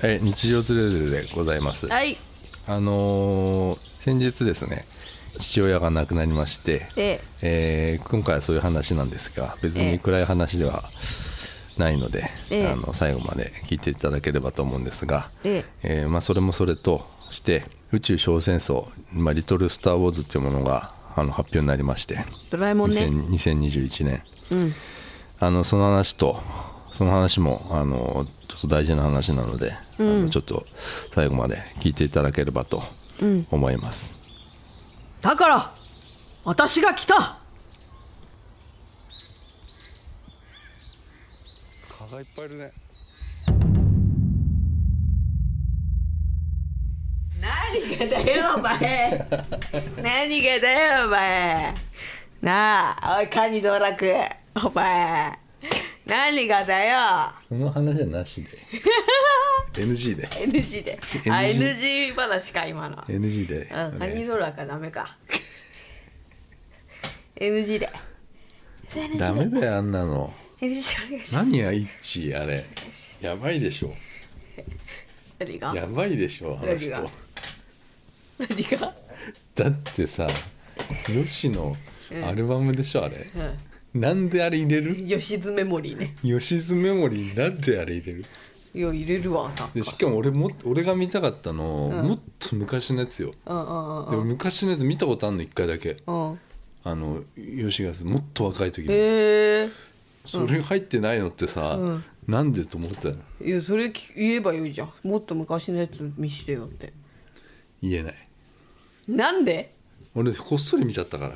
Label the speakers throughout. Speaker 1: はい、日常ズレズレでございます。
Speaker 2: はい
Speaker 1: あのー先日ですね、父親が亡くなりまして、
Speaker 2: え
Speaker 1: えー今回はそういう話なんですが、別
Speaker 2: ええ
Speaker 1: に暗い話ではないので、
Speaker 2: ええ
Speaker 1: あの最後まで聞いていただければと思うんですが、
Speaker 2: え
Speaker 1: えーまあ、それもそれとして、宇宙小戦争、まあ、リトル・スター・ウォーズというものがあの発表になりまして、
Speaker 2: ドラえもんね
Speaker 1: 2000 2021年。
Speaker 2: うん
Speaker 1: あのその話とその話もあのちょっと大事な話なので、あのちょっと最後まで聞いていただければと思います、
Speaker 2: だから私が来た
Speaker 1: 蚊がいっぱいいるね
Speaker 2: 何がだよお前 何がだよお前なあおいカニ道楽お前何がだよ
Speaker 1: その話はなし で NG で
Speaker 2: NG で
Speaker 1: NG
Speaker 2: あ NG 話か今の
Speaker 1: NG で、
Speaker 2: うん、カニ
Speaker 1: ね
Speaker 2: 道楽はダメか NG で NG
Speaker 1: ダメだよあんなの
Speaker 2: NG でお願いします
Speaker 1: 何やイッチあれやばいでしょ
Speaker 2: 何が
Speaker 1: やばいでしょあの人
Speaker 2: 何が何が
Speaker 1: だってさヨシのアルバムでしょあれ、
Speaker 2: うん
Speaker 1: なんであれ入れる
Speaker 2: 吉津メモリーね
Speaker 1: 吉津メモリーなんであれ入れる
Speaker 2: いや入れるわさ
Speaker 1: でしかも俺も俺が見たかったの、もっと昔のやつよ、
Speaker 2: うんうんうん
Speaker 1: でも昔のやつ見たことあんの一回だけ
Speaker 2: うん
Speaker 1: あの吉がもっと若い時に、
Speaker 2: へえ
Speaker 1: それ入ってないのってさ、
Speaker 2: うん
Speaker 1: なんでと思ってたの
Speaker 2: いやそれ聞言えばよいじゃんもっと昔のやつ見してよって
Speaker 1: 言えない
Speaker 2: なんで
Speaker 1: 俺こっそり見ちゃったか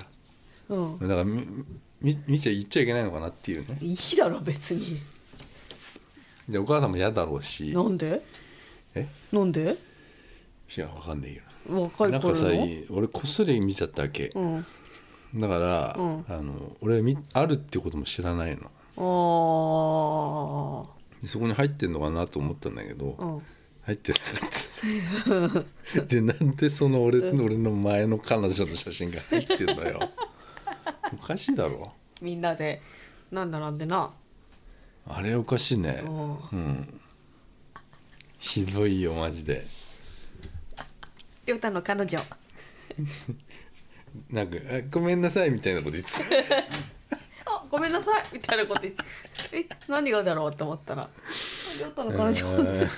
Speaker 1: ら
Speaker 2: うん
Speaker 1: だからみみ見ちゃ言っちゃいけないのかなっていうね
Speaker 2: いいだろ別に
Speaker 1: でお母さんも嫌だろうし
Speaker 2: なんで
Speaker 1: え
Speaker 2: なんで
Speaker 1: いやわかんないけど
Speaker 2: 若い
Speaker 1: なん
Speaker 2: 頃
Speaker 1: かさ
Speaker 2: の
Speaker 1: 俺こっそり見ちゃったわけ、
Speaker 2: うん
Speaker 1: だから、
Speaker 2: うん
Speaker 1: あの俺みあるってことも知らないの
Speaker 2: あ
Speaker 1: でそこに入ってんのかなと思ったんだけど、
Speaker 2: あうん
Speaker 1: 入ってなかったでなんでその俺俺の前の彼女の写真が入ってんのよおかしいだろ
Speaker 2: みんなでなんだなんでな
Speaker 1: あれおかしいね
Speaker 2: うん
Speaker 1: うんひどいよマジで
Speaker 2: りょうたの彼女
Speaker 1: なんかえ「ごめんなさい」みたいなこと言ってた
Speaker 2: あごめんなさいみたいなこと言ってえ何がだろうって思ったらりょうたの彼女
Speaker 1: うん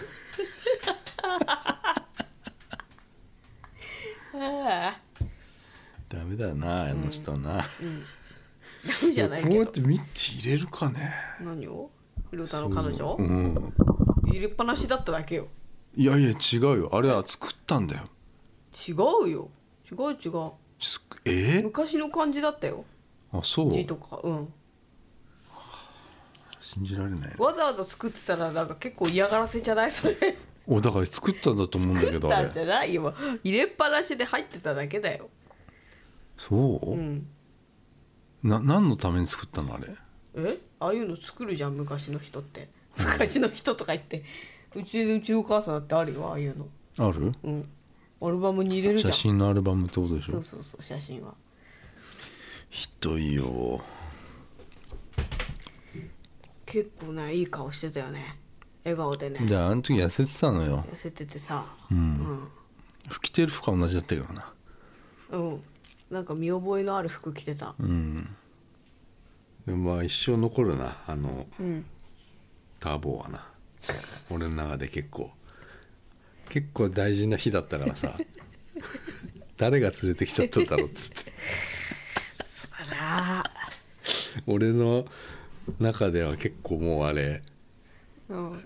Speaker 2: あ
Speaker 1: ダメだなあの人な、
Speaker 2: ーダメじゃない
Speaker 1: こう
Speaker 2: け
Speaker 1: や
Speaker 2: ど
Speaker 1: ってミッチ入れるかね
Speaker 2: 何をりょうたの彼女
Speaker 1: うん
Speaker 2: 入れっぱなしだっただけよ
Speaker 1: いやいや違うよあれは作ったんだよ
Speaker 2: 違うよ違う違う
Speaker 1: すえ
Speaker 2: 昔の感じだったよ
Speaker 1: あそう
Speaker 2: 字とかうん
Speaker 1: 信じられない
Speaker 2: わざわざ作ってたらなんか結構嫌がらせじゃないそれ
Speaker 1: おだから作ったんだと思うんだけど あ
Speaker 2: だじ
Speaker 1: れ
Speaker 2: ゃないよ入れっぱなしで入ってただけだよ
Speaker 1: そう、
Speaker 2: うん
Speaker 1: な何のために作ったのあれ
Speaker 2: えああいうの作るじゃん昔の人って昔の人とか言ってうちうちのお母さんだってあるよああいうの
Speaker 1: ある
Speaker 2: うんアルバムに入れるじゃ
Speaker 1: 写真
Speaker 2: ん
Speaker 1: のアルバムってことでし
Speaker 2: そう
Speaker 1: ょ
Speaker 2: そうそう写真は
Speaker 1: ひどいよ
Speaker 2: 結構ねいい顔してたよね笑顔でね
Speaker 1: であの時痩せてたのよ
Speaker 2: 痩せててさ
Speaker 1: うん着てる服は同じだったけどな
Speaker 2: うん、うん、なんか見覚えのある服着てた
Speaker 1: うんでもまあ一生残るなあの
Speaker 2: うん
Speaker 1: ターボはな俺の中で結構結構大事な日だったから さ誰が連れてきちゃったんだろうっつって
Speaker 2: あら
Speaker 1: 俺の中では結構もうあれ
Speaker 2: ー、うん、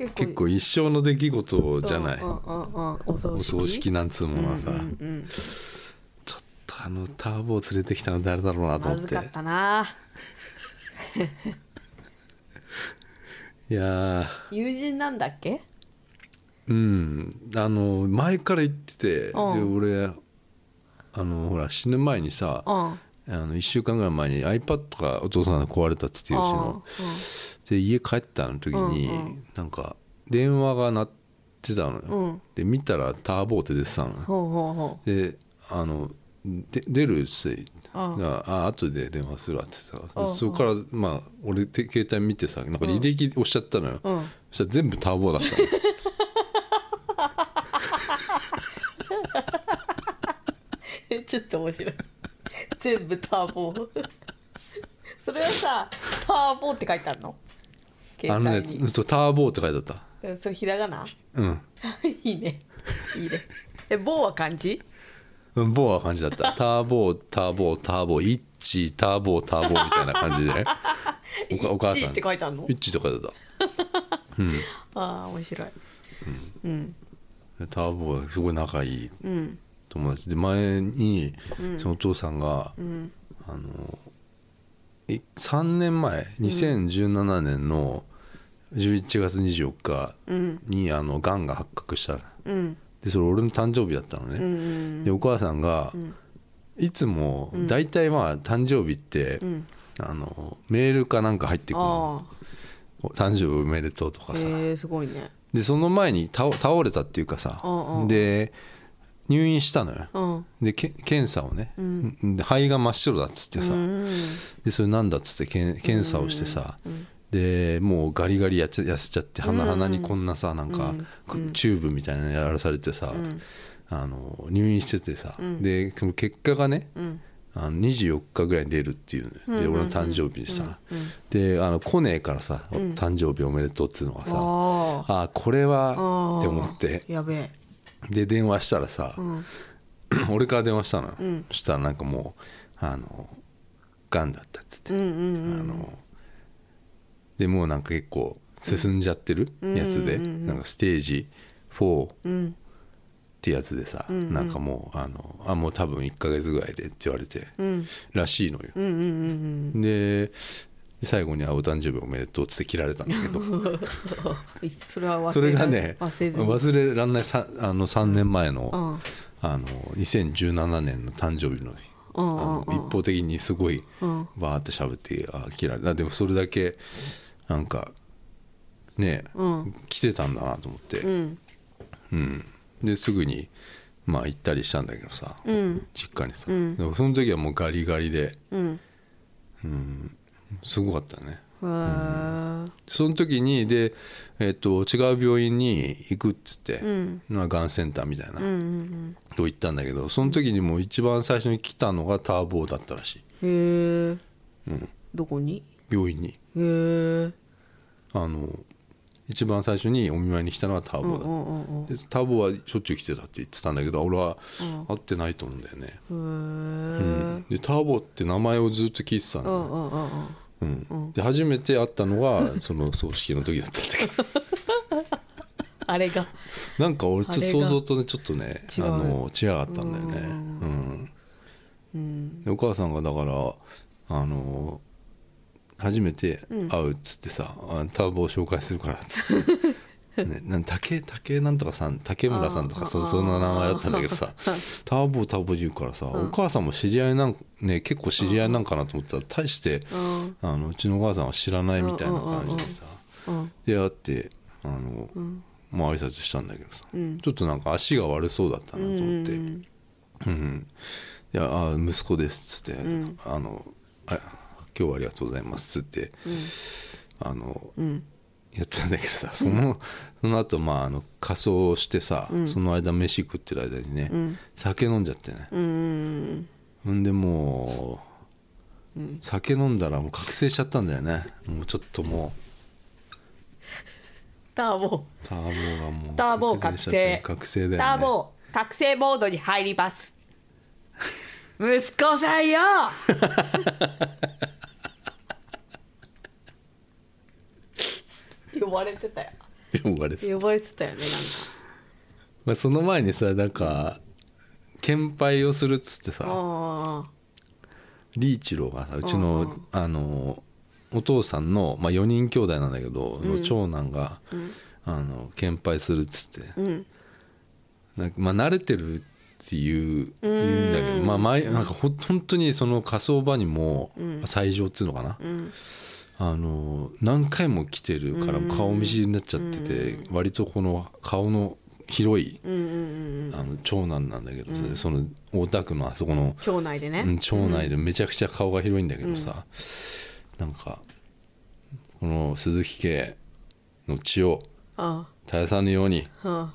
Speaker 2: 結構
Speaker 1: 結構一生の出来事じゃない、
Speaker 2: うんうんうんうん、お葬式
Speaker 1: お葬式なんつうものはさ、
Speaker 2: うんうんうん、
Speaker 1: ちょっとあのターボを連れてきたの誰だろうなと
Speaker 2: ま
Speaker 1: 思っ
Speaker 2: ず
Speaker 1: て、
Speaker 2: かったない
Speaker 1: やー
Speaker 2: 友人なんだっけ
Speaker 1: うんあの前から言ってて、
Speaker 2: うん
Speaker 1: で俺あのほら死ぬ前にさ、
Speaker 2: うん
Speaker 1: あの1週間ぐらい前に iPad がお父さんが壊れたっつって
Speaker 2: う
Speaker 1: 言うし
Speaker 2: ん
Speaker 1: ので家帰ったの時に、
Speaker 2: うんう
Speaker 1: なんか電話が鳴ってたのよ、
Speaker 2: うん
Speaker 1: で見たらターボって出てたのよ、
Speaker 2: ほうほうほ
Speaker 1: であので出るっつって
Speaker 2: ああ
Speaker 1: ああ後で電話するわっつって
Speaker 2: あ
Speaker 1: さ
Speaker 2: あ
Speaker 1: そこからまあ俺て携帯見てさなんか履歴押しちゃったのよ、
Speaker 2: うん
Speaker 1: そしたら全部ターボだったの
Speaker 2: ちょっと面白い全部ター ボそれはさターボって書いてあるの
Speaker 1: あ
Speaker 2: 携
Speaker 1: の
Speaker 2: 帯
Speaker 1: ね
Speaker 2: に、
Speaker 1: そうターボーって書いてあった
Speaker 2: それひらがな
Speaker 1: う
Speaker 2: いいねいいねえ棒は漢字
Speaker 1: んボーは感じだ ったターボーターボーターボーイッチターボーターボーみたいな感じで ねおかお母
Speaker 2: 一
Speaker 1: さん
Speaker 2: って書いてあるの
Speaker 1: イッチって書いてあっ
Speaker 2: ああ面白い
Speaker 1: たでターボーはすごい仲いい
Speaker 2: うん
Speaker 1: 友達で前にそのお父さんが、
Speaker 2: うん
Speaker 1: あのい3年前2017年の11月24日
Speaker 2: うん
Speaker 1: にあのがんが発覚した
Speaker 2: うん
Speaker 1: でそれ俺の誕生日だったのね、
Speaker 2: うんうん
Speaker 1: でお母さんが、いつも大体まあ誕生日って、
Speaker 2: うん
Speaker 1: あのメールかなんか入ってくるの
Speaker 2: あ
Speaker 1: 「誕生日おめでとう」とか
Speaker 2: あ
Speaker 1: さ、
Speaker 2: へえすごいね
Speaker 1: でその前に倒倒れたっていうかさ、
Speaker 2: うんうん
Speaker 1: で入院したのよ、
Speaker 2: うん
Speaker 1: でけ検査をね、
Speaker 2: うん
Speaker 1: で肺が真っ白だっつってさ、
Speaker 2: うん
Speaker 1: でそれなんだっつってけん検査をしてさ、でもうガリガリやっちゃ痩せちゃって鼻鼻にこんなさなんか、くチューブみたいなのやらされてさ、あの入院しててさ、でその結果がね、
Speaker 2: ん
Speaker 1: あの24日ぐらいに出るっていう、ねで俺の誕生日にさ、であのコネからさ、誕生日おめでとう」っていうのがさ、
Speaker 2: あ
Speaker 1: ああこれは
Speaker 2: あ
Speaker 1: って思って
Speaker 2: やべえ
Speaker 1: で電話したらさ、
Speaker 2: ん
Speaker 1: 俺から電話したのよ、
Speaker 2: ん
Speaker 1: そしたらなんかもうあのがんだったっつって
Speaker 2: うんうんうん
Speaker 1: あのでもうなんか結構進んじゃってるやつで、なんかステージ4っ
Speaker 2: うん
Speaker 1: てやつでさ、なんかもうあのあもう多分1ヶ月ぐらいでって言われて、
Speaker 2: うん
Speaker 1: らしいのよ、
Speaker 2: うんうんうん
Speaker 1: で最後に「あお誕生日おめでとう」っつって切られたんだけ ど
Speaker 2: うんそれは忘れ
Speaker 1: それがね
Speaker 2: 忘れずに
Speaker 1: 忘れられないさあの3年前の,、
Speaker 2: うん
Speaker 1: あの2017年の誕生日の日
Speaker 2: うんうん
Speaker 1: あの一方的にすごい
Speaker 2: うん
Speaker 1: バーって喋ってあ切られたでもそれだけなんかね、
Speaker 2: うん
Speaker 1: 来てたんだなと思って、
Speaker 2: う
Speaker 1: うん
Speaker 2: ん
Speaker 1: ですぐにまあ行ったりしたんだけどさ、
Speaker 2: うん
Speaker 1: 実家にさ、
Speaker 2: うん
Speaker 1: でもその時はもうガリガリで
Speaker 2: うん
Speaker 1: すごかったね
Speaker 2: うわー
Speaker 1: その時にで、えっと違う病院に行くっつって、
Speaker 2: うん
Speaker 1: まあ、がんセンターみたいな、
Speaker 2: うんうん
Speaker 1: と行ったんだけどその時にもう一番最初に来たのがターボーだったらしい
Speaker 2: うんへえ
Speaker 1: うん
Speaker 2: どこに
Speaker 1: 病院に
Speaker 2: へえうん
Speaker 1: あの一番最初にお見舞いに来たのはターボ
Speaker 2: う
Speaker 1: ーだった、
Speaker 2: んうん
Speaker 1: でターボはしょっちゅう来てたって言ってたんだけど俺は
Speaker 2: うん
Speaker 1: 会ってないと思うんだよね、
Speaker 2: うん
Speaker 1: う
Speaker 2: へえ
Speaker 1: ん、でターボって名前をずっと聞いてた
Speaker 2: う
Speaker 1: の、
Speaker 2: んうんうんうん
Speaker 1: うんで初めて会ったのがその葬式の時だったんだけど
Speaker 2: あれが
Speaker 1: なんか俺ちょっと
Speaker 2: あれが
Speaker 1: 想像とねちょっとね
Speaker 2: 違
Speaker 1: あ
Speaker 2: う
Speaker 1: の違かったんだよね、うん
Speaker 2: うん
Speaker 1: でお母さんがだからあの初めて会うっつってさ、あターボを紹介するからっつって、ね、なん竹竹なんとかさん竹村さんとかそ
Speaker 2: あー
Speaker 1: そんな名前だったんだけどさターボターボ言うからさ、お母さんも知り合いなんね結構知り合いなんかなと思ってたら大して、
Speaker 2: うん
Speaker 1: あのうちのお母さんは知らないみたいな感じでさ、
Speaker 2: うん
Speaker 1: 出会ってあの、まあ挨拶したんだけどさ、
Speaker 2: うん
Speaker 1: ちょっとなんか足が悪そうだったなと思って。
Speaker 2: うん
Speaker 1: うん、いやあ息子です」っつって「
Speaker 2: うん
Speaker 1: あのあ今日はありがとうございます」っつって、あの
Speaker 2: うん
Speaker 1: やってたんだけどさそのその後まああの仮装をしてさ、その間飯食ってる間にね、
Speaker 2: うん
Speaker 1: 酒飲んじゃってね
Speaker 2: うんうん
Speaker 1: ほんでもう、
Speaker 2: うん
Speaker 1: 酒飲んだらもう覚醒しちゃったんだよねもうちょっともう
Speaker 2: ターボ
Speaker 1: ターボーがもう
Speaker 2: ターボー
Speaker 1: 覚醒しちゃって覚
Speaker 2: 覚
Speaker 1: 醒だよね
Speaker 2: ターボ覚醒モードに入ります 息子 さんよ呼ばれてたよ
Speaker 1: 呼ばれて
Speaker 2: 呼ばれてたよねなんか
Speaker 1: まあ、その前にさなんか献杯をするっつってさ、
Speaker 2: あ
Speaker 1: リーチローがさうち
Speaker 2: うん
Speaker 1: の
Speaker 2: う
Speaker 1: あのお父さんの、まあ、4人兄弟なんだけど、の長男が、あの献杯するっつって
Speaker 2: あうん
Speaker 1: なんか、まあ、慣れてるっていう言うんだけど、まあ、前なんかほ本当にその火葬場にも斎場っつうのかな、
Speaker 2: うん
Speaker 1: あの何回も来てるから顔見知りになっちゃってて、割とこの顔の広い
Speaker 2: うんうんうん
Speaker 1: あの長男なんだけど、その大田区のあそこの
Speaker 2: 町内でね、
Speaker 1: うん、町内でめちゃくちゃ顔が広いんだけどさ、なんかこの鈴木家の血を
Speaker 2: あ
Speaker 1: 絶やさぬように
Speaker 2: ああ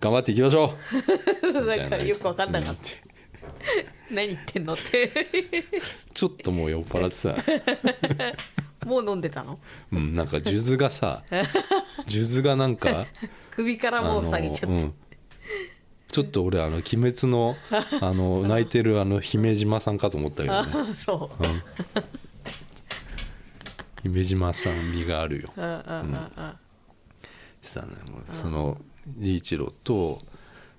Speaker 1: 頑張っていきましょう
Speaker 2: なんかよく分かんなかっ
Speaker 1: う
Speaker 2: た何言ってんのって
Speaker 1: ちょっともう酔っ払って たな、
Speaker 2: もう飲んでたの
Speaker 1: うん、なんか数珠が さ数珠がなんか
Speaker 2: 首からもう下げちゃっ
Speaker 1: ん、ちょっと俺あの「鬼滅の」あの泣いてるあの姫島さんかと思ったけど
Speaker 2: た、
Speaker 1: ね、
Speaker 2: ああ そう
Speaker 1: うん、姫島さん味があるよ
Speaker 2: うんうんうんうん
Speaker 1: ってたねもうそのリーチロと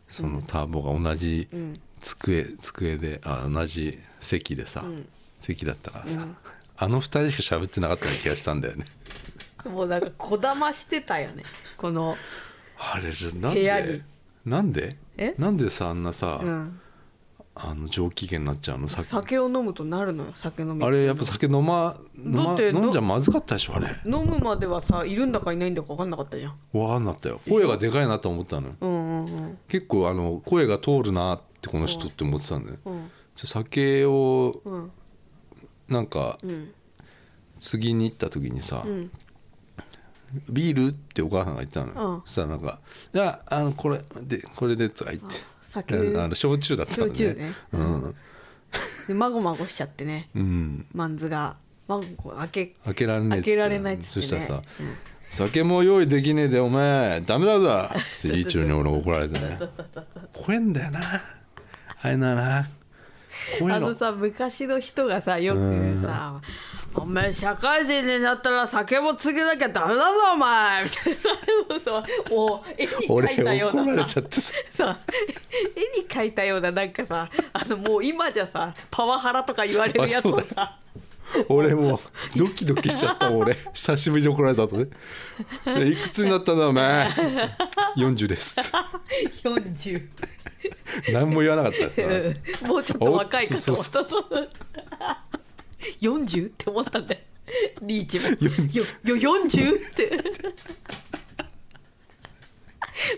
Speaker 1: そのターボが同じ
Speaker 2: ん
Speaker 1: 机机であ同じ席でさ、
Speaker 2: ん
Speaker 1: 席だったからさ、あの二人しか喋ってなかったような気がしたんだよね
Speaker 2: もうなんかこだましてたよねこの
Speaker 1: あれじゃなん
Speaker 2: 部屋に
Speaker 1: でなんで
Speaker 2: え
Speaker 1: なんでさあんなさ、
Speaker 2: うん
Speaker 1: あの上機嫌になっちゃうのさ
Speaker 2: 酒を飲むとなるのよ酒飲み
Speaker 1: あれやっぱ酒飲ま飲
Speaker 2: だ
Speaker 1: ま
Speaker 2: って
Speaker 1: 飲んじゃまずかったでしょあれ
Speaker 2: 飲むまではさいるんだかいないんだか分かんなかったじゃん
Speaker 1: わかんなかったよ声がでかいなと思ったのよ
Speaker 2: うんうんうん
Speaker 1: 結構あの声が通るなってこの人って思ってたんだよ
Speaker 2: うん
Speaker 1: ちょ酒を
Speaker 2: うん
Speaker 1: なんか
Speaker 2: うん
Speaker 1: 次に行った時にさ、
Speaker 2: うん
Speaker 1: ビールってお母さんが言ってたのよ、
Speaker 2: うん
Speaker 1: そしたらなんか「いやあのこれでこれで」とか言って
Speaker 2: 酒
Speaker 1: あの焼酎だったのね
Speaker 2: 焼酎ね
Speaker 1: うん、
Speaker 2: でまごまごしちゃってね
Speaker 1: うん、
Speaker 2: マンズがまごまご開け
Speaker 1: 開けられない
Speaker 2: 開けられないっつ
Speaker 1: そ
Speaker 2: っ
Speaker 1: してた
Speaker 2: ね
Speaker 1: らさ「酒も用意できねえでお前ダメだぞ」ってリーチューに俺怒られてね怖えんだよなあれなな
Speaker 2: うん
Speaker 1: 怖え
Speaker 2: あの
Speaker 1: の
Speaker 2: さ昔の人がさよくさ「お前社会人になったら酒も継げなきゃダメだぞお前」みたいなさもうさもう絵に描いた
Speaker 1: 俺
Speaker 2: よう
Speaker 1: 怒られ
Speaker 2: な
Speaker 1: ちゃ
Speaker 2: さ
Speaker 1: ってさ
Speaker 2: さ絵に描いたようななんかさあのもう今じゃさパワハラとか言われるやつをさ
Speaker 1: 俺もうドキドキしちゃったもん俺久しぶりに怒られたとね「いくつになったんだお前40です」
Speaker 2: 40。
Speaker 1: 何も言わなかったですから
Speaker 2: うんもうちょっと若いかと思っ
Speaker 1: お
Speaker 2: た。40? って思ったんだよ。リーチも。よ、よ、40? って。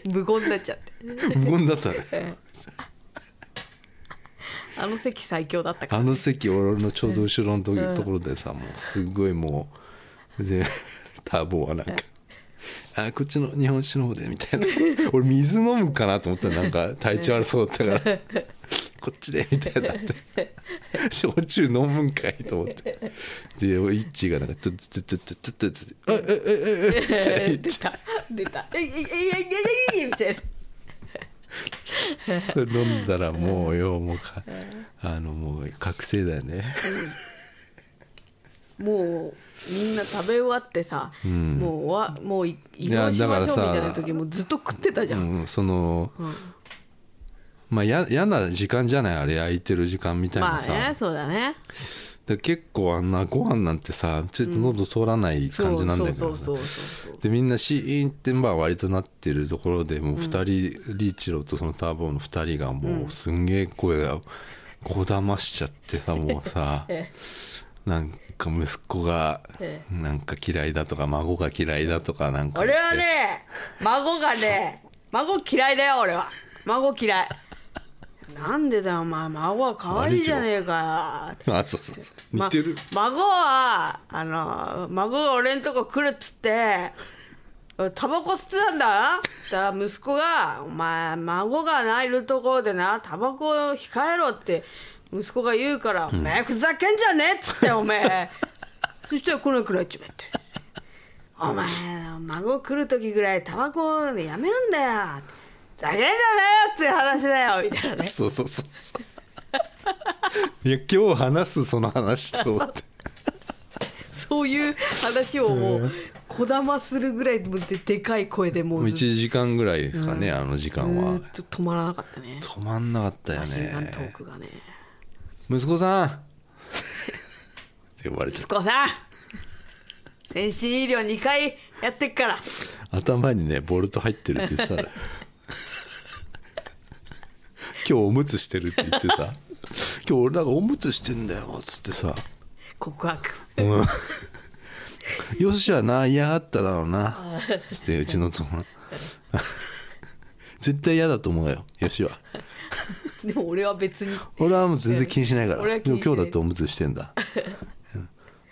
Speaker 2: 無言になっちゃって。
Speaker 1: 無言だったね
Speaker 2: あの席最強だったか
Speaker 1: あ
Speaker 2: ら。
Speaker 1: の席俺のちょうど後ろのと,、ところでさもうすごいもうでターボはなんか「あこっちの日本酒の方で」みたいな俺水飲むかなと思ったらなんか体調悪そうだったから「こっちで」みたいになって焼酎飲むんかいと思ってで俺イッチーがなんか「トゥトゥトゥトゥトゥトゥトゥあえええええ
Speaker 2: 出
Speaker 1: って
Speaker 2: た。出た。えいえいえいえいえいみたいな。
Speaker 1: それ飲んだらもうよもうかあのもう覚醒だよね
Speaker 2: もうみんな食べ終わってさ、もうわもうい移動しましょうみたいな時もずっと食ってたじゃん、
Speaker 1: うん、その、まあや嫌な時間じゃないあれ空いてる時間みたい
Speaker 2: ま
Speaker 1: な
Speaker 2: あ
Speaker 1: さ、
Speaker 2: ねそうだね
Speaker 1: で結構あんなご飯なんてさちょっと喉通らない感じなんだけ
Speaker 2: そ
Speaker 1: ど
Speaker 2: う
Speaker 1: ね
Speaker 2: そうそうそうそう
Speaker 1: でみんなシーンってまあ割となってるところでもう2人、リーチローとそのターボの2人がもうすんげえ声がこだましちゃって さもうさ
Speaker 2: え
Speaker 1: なんか息子が
Speaker 2: え
Speaker 1: なんか嫌いだとか孫が嫌いだとかなんか言っ
Speaker 2: 俺
Speaker 1: て
Speaker 2: はね孫がね孫嫌いだよ俺は孫嫌いなんでだよお前孫は可愛いじゃねえか よ
Speaker 1: あそうそうそう
Speaker 2: ま
Speaker 1: 似てる、
Speaker 2: 孫はあの孫が俺んとこ来るっつって タバコ吸ってたんだなそしたら息子が「お前孫がないるところでなタバコを控えろ」って息子が言うから「お前ふざけんじゃねえ」っつっておめえ そしたら来なくなっちまって「お前孫来る時ぐらいタバコやめるんだよ」ふざけんじゃねえよっていう話だよみたいなね
Speaker 1: そうそうそうそう。い や今日話すその話と思って。
Speaker 2: そういう話をもうこだまするぐらいででかい声でも
Speaker 1: もう
Speaker 2: うずっ
Speaker 1: 一時間ぐらいですかね、あの時間は。
Speaker 2: と止まらなかったね。
Speaker 1: 止まんなかったよ
Speaker 2: マシンガン
Speaker 1: ね
Speaker 2: ト。ークがね。
Speaker 1: 息子さん。って呼ばれちゃっ
Speaker 2: 息子さん 先進医療2回やってっから
Speaker 1: た。頭にねボルト入ってるって言 ってたね。今日おむつしてるって言 ってさ。今日俺なんかおむつしてんだよっつってさ。
Speaker 2: 告白。
Speaker 1: よしはな嫌がっただろうなつってうちの妻絶対嫌だと思うよよしは
Speaker 2: でも俺は別に
Speaker 1: 俺はもう全然気にしないから
Speaker 2: 俺は気
Speaker 1: でも
Speaker 2: にしない
Speaker 1: 今日だっておむつしてんだ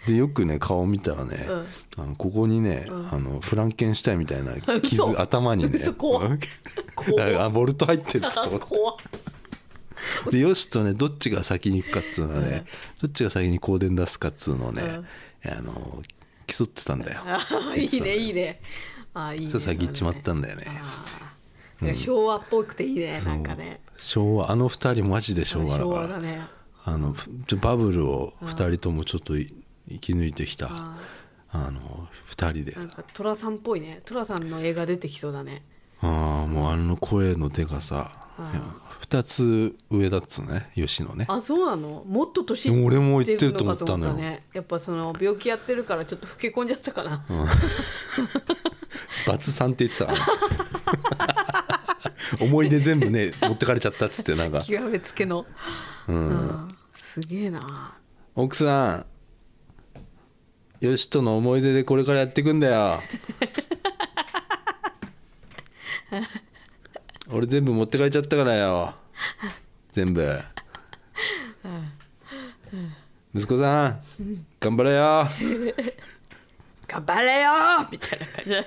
Speaker 1: でよくね顔見たらね、
Speaker 2: うん
Speaker 1: あのここにね、あのフランケンシュタインみた いな傷
Speaker 2: 嘘
Speaker 1: 頭にね
Speaker 2: 嘘怖っ怖っ
Speaker 1: あボルト入ってるっつって 思っ
Speaker 2: 怖って
Speaker 1: でよしとねどっちが先に行くかっつうのはね、どっちが先に香典出すかっつうのをね、あの競ってたんだよ
Speaker 2: あいいねいいねあいいね
Speaker 1: そう先行っちまったんだよね
Speaker 2: なんか昭和っぽくていいねなんかね
Speaker 1: 昭和あの二人マジで昭和だ
Speaker 2: 昭
Speaker 1: か
Speaker 2: 和
Speaker 1: ら
Speaker 2: だね
Speaker 1: あのちょバブルを二人ともちょっとい生き抜いてきたあの二人で
Speaker 2: なんか寅さんっぽいね寅さんの映画出てきそうだね
Speaker 1: ああもうあの声の手がさいや二つ上だっつうね吉野ね
Speaker 2: あそうなのもっと年い
Speaker 1: 俺も言ってると思ったのよ
Speaker 2: ねやっぱその病気やってるからちょっと老け込んじゃったかな、
Speaker 1: バツさんって言ってた からね思い出全部ね持ってかれちゃったっつってなんか
Speaker 2: 極めつけの、うんすげえな
Speaker 1: 奥さんよしとの思い出でこれからやっていくんだ よ俺全部持ってかれちゃったからよ全部息子さん 頑張れよ
Speaker 2: 頑張れよーみたいな感じだ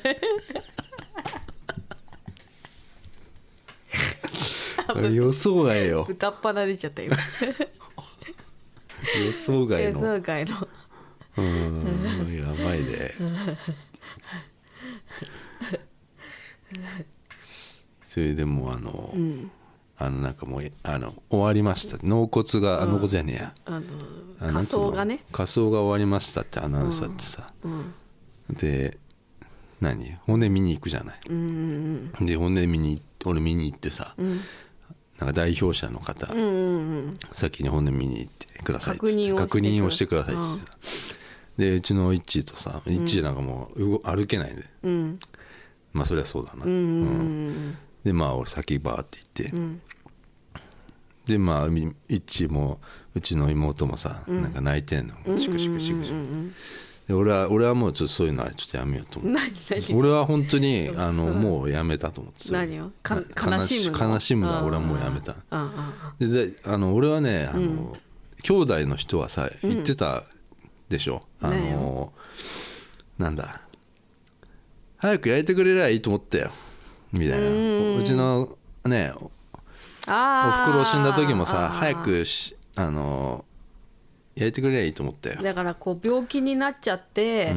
Speaker 2: ね
Speaker 1: 予想外よ
Speaker 2: 歌っ鼻出ちゃった今
Speaker 1: 予想外の
Speaker 2: そうかいの
Speaker 1: うーんやばいねそれでもうあの、あのなんかもうあの終わりました納骨が、納骨じゃねえや
Speaker 2: あの
Speaker 1: あなん
Speaker 2: 仮
Speaker 1: つうの
Speaker 2: 装がね
Speaker 1: 仮装が終わりましたってアナウンサーってさ、
Speaker 2: うん
Speaker 1: で何骨見に行くじゃない、
Speaker 2: うんうん
Speaker 1: で骨見に俺見に行ってさ、なんか代表者の方、
Speaker 2: うんうん
Speaker 1: 先に骨見に行ってくださいっつっ
Speaker 2: 確
Speaker 1: て
Speaker 2: 認をして
Speaker 1: 確認をしてくださいっつってでうちのイッチーとさイッチーなんかもう動歩けないで、
Speaker 2: うんうん
Speaker 1: まあそりゃそうだな、
Speaker 2: うんうんう
Speaker 1: うん
Speaker 2: ん
Speaker 1: でまあ俺先バーって行って、
Speaker 2: ん
Speaker 1: でまあみイッチーもうちの妹もさ、なんか泣いてんのシクシクシクシク、で俺は俺はもうちょっとそういうのはちょっとやめようと思 って
Speaker 2: 何何
Speaker 1: 俺は本当にあのもうやめたと思ってそれ
Speaker 2: 何をか
Speaker 1: な
Speaker 2: 悲しむの
Speaker 1: 悲しむのは俺はもうやめた
Speaker 2: うんうんうん
Speaker 1: でであの俺はねあの、兄弟の人はさ言ってたでしょ、あ
Speaker 2: 何
Speaker 1: のなんだ早く焼いてくれりゃいいと思ったよみたいなうちのねおお
Speaker 2: あ
Speaker 1: ふ
Speaker 2: ー
Speaker 1: くろ死んだ時もさ
Speaker 2: あー
Speaker 1: 早くしあの焼いてくれりゃいいと思ったよ
Speaker 2: だからこう病気になっちゃって、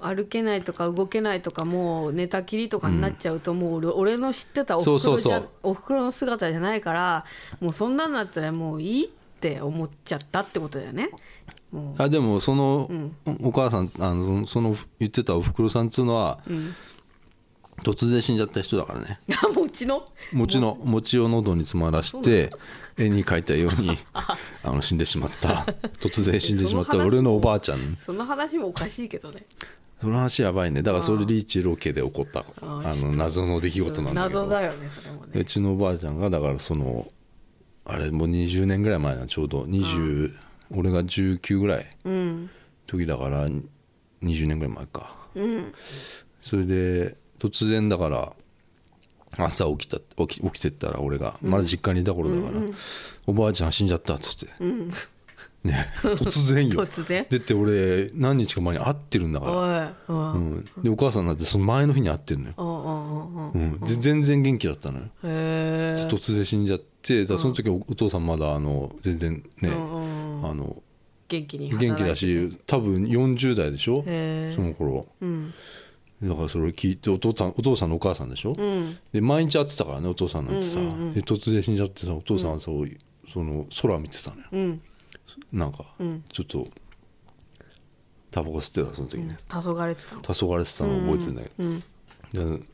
Speaker 2: 歩けないとか動けないとかもう寝たきりとかになっちゃうと、もう俺俺の知ってたおふくろじゃ
Speaker 1: そうそうそう
Speaker 2: おふくろの姿じゃないからもうそんなんなったらもういいって思っちゃったってことだよ ねも
Speaker 1: あでもその、お母さんあのそのその言ってたおふくろさんっつうのは、突然死んじゃった人だからね
Speaker 2: うあもううちの
Speaker 1: 餅の餅を喉に詰まらして絵に描いたよう にあの死んでしまった突然死んでしまった
Speaker 2: その話
Speaker 1: 俺のおばあちゃん
Speaker 2: その話もおかしいけどね
Speaker 1: その話やばいねだからそれリーチロケで起こった
Speaker 2: あ
Speaker 1: あの謎の出来事なんだけ
Speaker 2: 謎
Speaker 1: ど
Speaker 2: だよねそれもね
Speaker 1: うちのおばあちゃんがだからそのあれもう20年ぐらい前なちょうど20俺が19ぐらい
Speaker 2: うん
Speaker 1: 時だから20年ぐらい前か
Speaker 2: うん
Speaker 1: それで突然だから朝起きた起き起きてったら俺がまだ実家にいた頃だから、おばあちゃん死んじゃったっつって、 ね突然よ
Speaker 2: 突然
Speaker 1: だって俺何日か前に会ってるんだか
Speaker 2: おいおい
Speaker 1: ら、うん、でお母さんだってその前の日に会ってるのよ、
Speaker 2: おおお
Speaker 1: うん、で全然元気だったのよ
Speaker 2: へえ
Speaker 1: 突然死んじゃってだからその時おお父さんまだあの全然ね、
Speaker 2: うんうん
Speaker 1: あの
Speaker 2: 元気に
Speaker 1: 元気だし多分40代でしょ
Speaker 2: へえ
Speaker 1: その頃
Speaker 2: うん
Speaker 1: だからそれを聞いてお父さんお父さんのお母さんでしょ、
Speaker 2: うん
Speaker 1: で毎日会ってたからねお父さんなんてさ、で突然死んじゃってさお父さんはそう、その空見てたのよ
Speaker 2: うん
Speaker 1: なんか、
Speaker 2: うん
Speaker 1: ちょっとタバコ吸ってたその時ね、
Speaker 2: 黄昏てたの
Speaker 1: 黄昏てたの覚えてるんだけ
Speaker 2: うん
Speaker 1: ど、で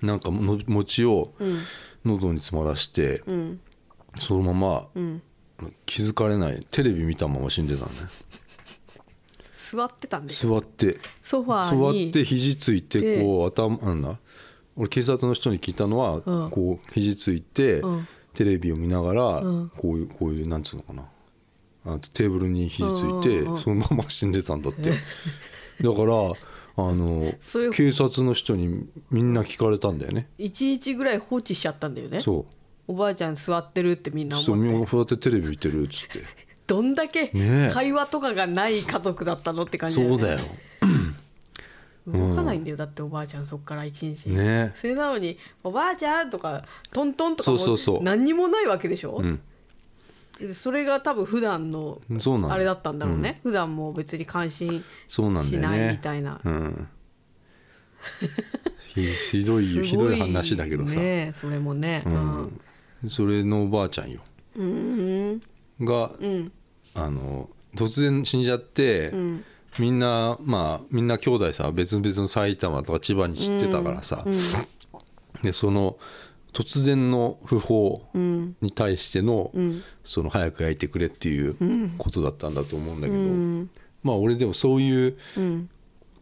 Speaker 1: なんかの餅を
Speaker 2: うん
Speaker 1: 喉に詰まらして、
Speaker 2: うん
Speaker 1: そのま
Speaker 2: うん
Speaker 1: ま気づかれないテレビ見たまま死んでたのね
Speaker 2: 座ってたんですよ
Speaker 1: 座って
Speaker 2: ソファ
Speaker 1: 座
Speaker 2: ーに
Speaker 1: って肘ついてこう頭なんだ俺警察の人に聞いたのは、
Speaker 2: うん
Speaker 1: こう肘ついて、
Speaker 2: うん
Speaker 1: テレビを見ながら、
Speaker 2: うん
Speaker 1: こういうこういうなんつうのかなあテーブルに肘ついて、
Speaker 2: うんうんうん
Speaker 1: そのまま死んでたんだってだからあの
Speaker 2: それ
Speaker 1: 警察の人にみんな聞かれたんだよね
Speaker 2: 一日ぐらい放置しちゃったんだよね
Speaker 1: そう
Speaker 2: おばあちゃん座ってるってみんな
Speaker 1: そう
Speaker 2: 思って
Speaker 1: みんなこうやってテレビ見てるっつって
Speaker 2: どんだけ
Speaker 1: ねえ
Speaker 2: 会話とかがない家族だったのって感じ
Speaker 1: そうだよ
Speaker 2: 動かないんだよだっておばあちゃんそっから一日
Speaker 1: ね
Speaker 2: それなのに「おばあちゃん」とか「トントン」とかも
Speaker 1: そうそうそう
Speaker 2: 何にもないわけでしょ
Speaker 1: うん
Speaker 2: でそれが多分普段の
Speaker 1: そうなんだ
Speaker 2: あれだったんだろうね、普段も別に関心
Speaker 1: そうなんだよね
Speaker 2: しないみたいな
Speaker 1: うんひひどい
Speaker 2: すご
Speaker 1: ひどい話だけどさ、
Speaker 2: ねそれもね
Speaker 1: う
Speaker 2: うん
Speaker 1: ん、それのおばあちゃんよ
Speaker 2: うん
Speaker 1: が、
Speaker 2: うん
Speaker 1: あの突然死んじゃって、
Speaker 2: ん
Speaker 1: みんなまあみんな兄弟さ別々の埼玉とか千葉に知ってたからさ、でその突然の訃報
Speaker 2: うん
Speaker 1: に対しての,、
Speaker 2: ん
Speaker 1: その早く焼いてくれっていうことだったんだと思うんだけど、
Speaker 2: うん
Speaker 1: まあ俺でもそういう
Speaker 2: うん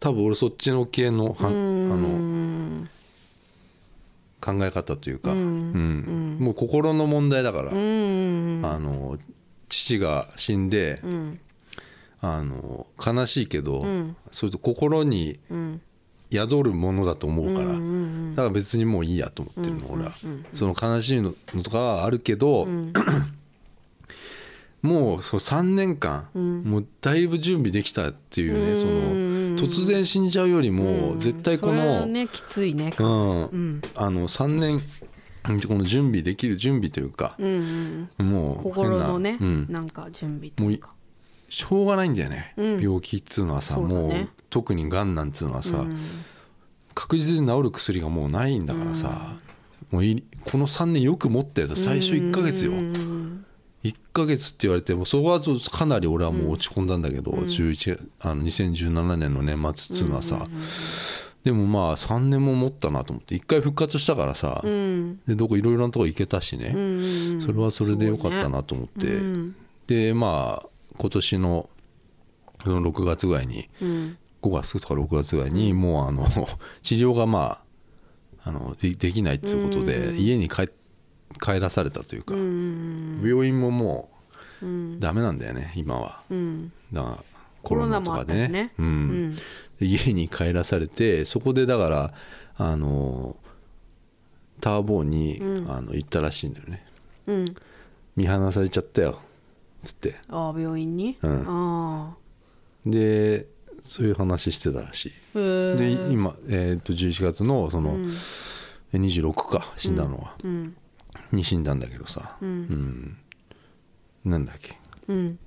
Speaker 1: 多分俺そっちの系のは
Speaker 2: うん
Speaker 1: あの考え方というか、
Speaker 2: うん
Speaker 1: うんもう心の問題だから、
Speaker 2: うん
Speaker 1: あの父が死んで、
Speaker 2: うん
Speaker 1: あの悲しいけど、
Speaker 2: ん
Speaker 1: それと心に
Speaker 2: うん
Speaker 1: 宿るものだと思うから、
Speaker 2: うんうん
Speaker 1: だから別にもういいやと思ってるの、俺は、その悲しいのとかはあるけど、 もうそう3年間、もうだいぶ準備できたっていうね、その突然死んじゃうよりも、絶対こ
Speaker 2: それ
Speaker 1: の、
Speaker 2: はねきついね
Speaker 1: うん
Speaker 2: ん
Speaker 1: あの3年この準備できる準備というか
Speaker 2: う、んうん
Speaker 1: もう
Speaker 2: 心のね
Speaker 1: 変なうん
Speaker 2: なんか準備というか
Speaker 1: しょうがないんだよね、
Speaker 2: うん
Speaker 1: 病気っつうのはさ
Speaker 2: そうだ
Speaker 1: も
Speaker 2: ね
Speaker 1: う特にがんなんつうのはさ、
Speaker 2: うん
Speaker 1: 確実に治る薬がもうないんだからさ、もういこの3年よく持ったよ最初1ヶ月よ、
Speaker 2: うん
Speaker 1: 1ヶ月って言われてもそこはかなり俺はもう落ち込んだんだけど、11あの2017年の年末っつうのはさ、でもまあ3年も持ったなと思って1回復活したからさ、
Speaker 2: うん
Speaker 1: でどこいろいろなとこ行けたしね、
Speaker 2: うん
Speaker 1: それはそれでよかったなと思って、
Speaker 2: うん
Speaker 1: でまあ今年のその6月ぐらいに
Speaker 2: うん
Speaker 1: 5月とか6月ぐらいにもうあの 治療がまああのでできないっていうことで家に帰帰らされたというか
Speaker 2: うん
Speaker 1: 病院もも
Speaker 2: う
Speaker 1: うんダメなんだよね今は
Speaker 2: うん
Speaker 1: だからコロナとかで
Speaker 2: コロナ
Speaker 1: ね
Speaker 2: もあったしね
Speaker 1: う
Speaker 2: うんん
Speaker 1: で家に帰らされてそこでだからあのターボーにあの行ったらしいんだよね
Speaker 2: うん
Speaker 1: 見放されちゃったよつって
Speaker 2: ああ病院に、
Speaker 1: うん
Speaker 2: ああ
Speaker 1: でそういう話してたらしい
Speaker 2: へえ
Speaker 1: で今、えー、と11月のその、え26か死んだのは、
Speaker 2: うん
Speaker 1: に死んだんだけどさ、うんなんだっけ
Speaker 2: うん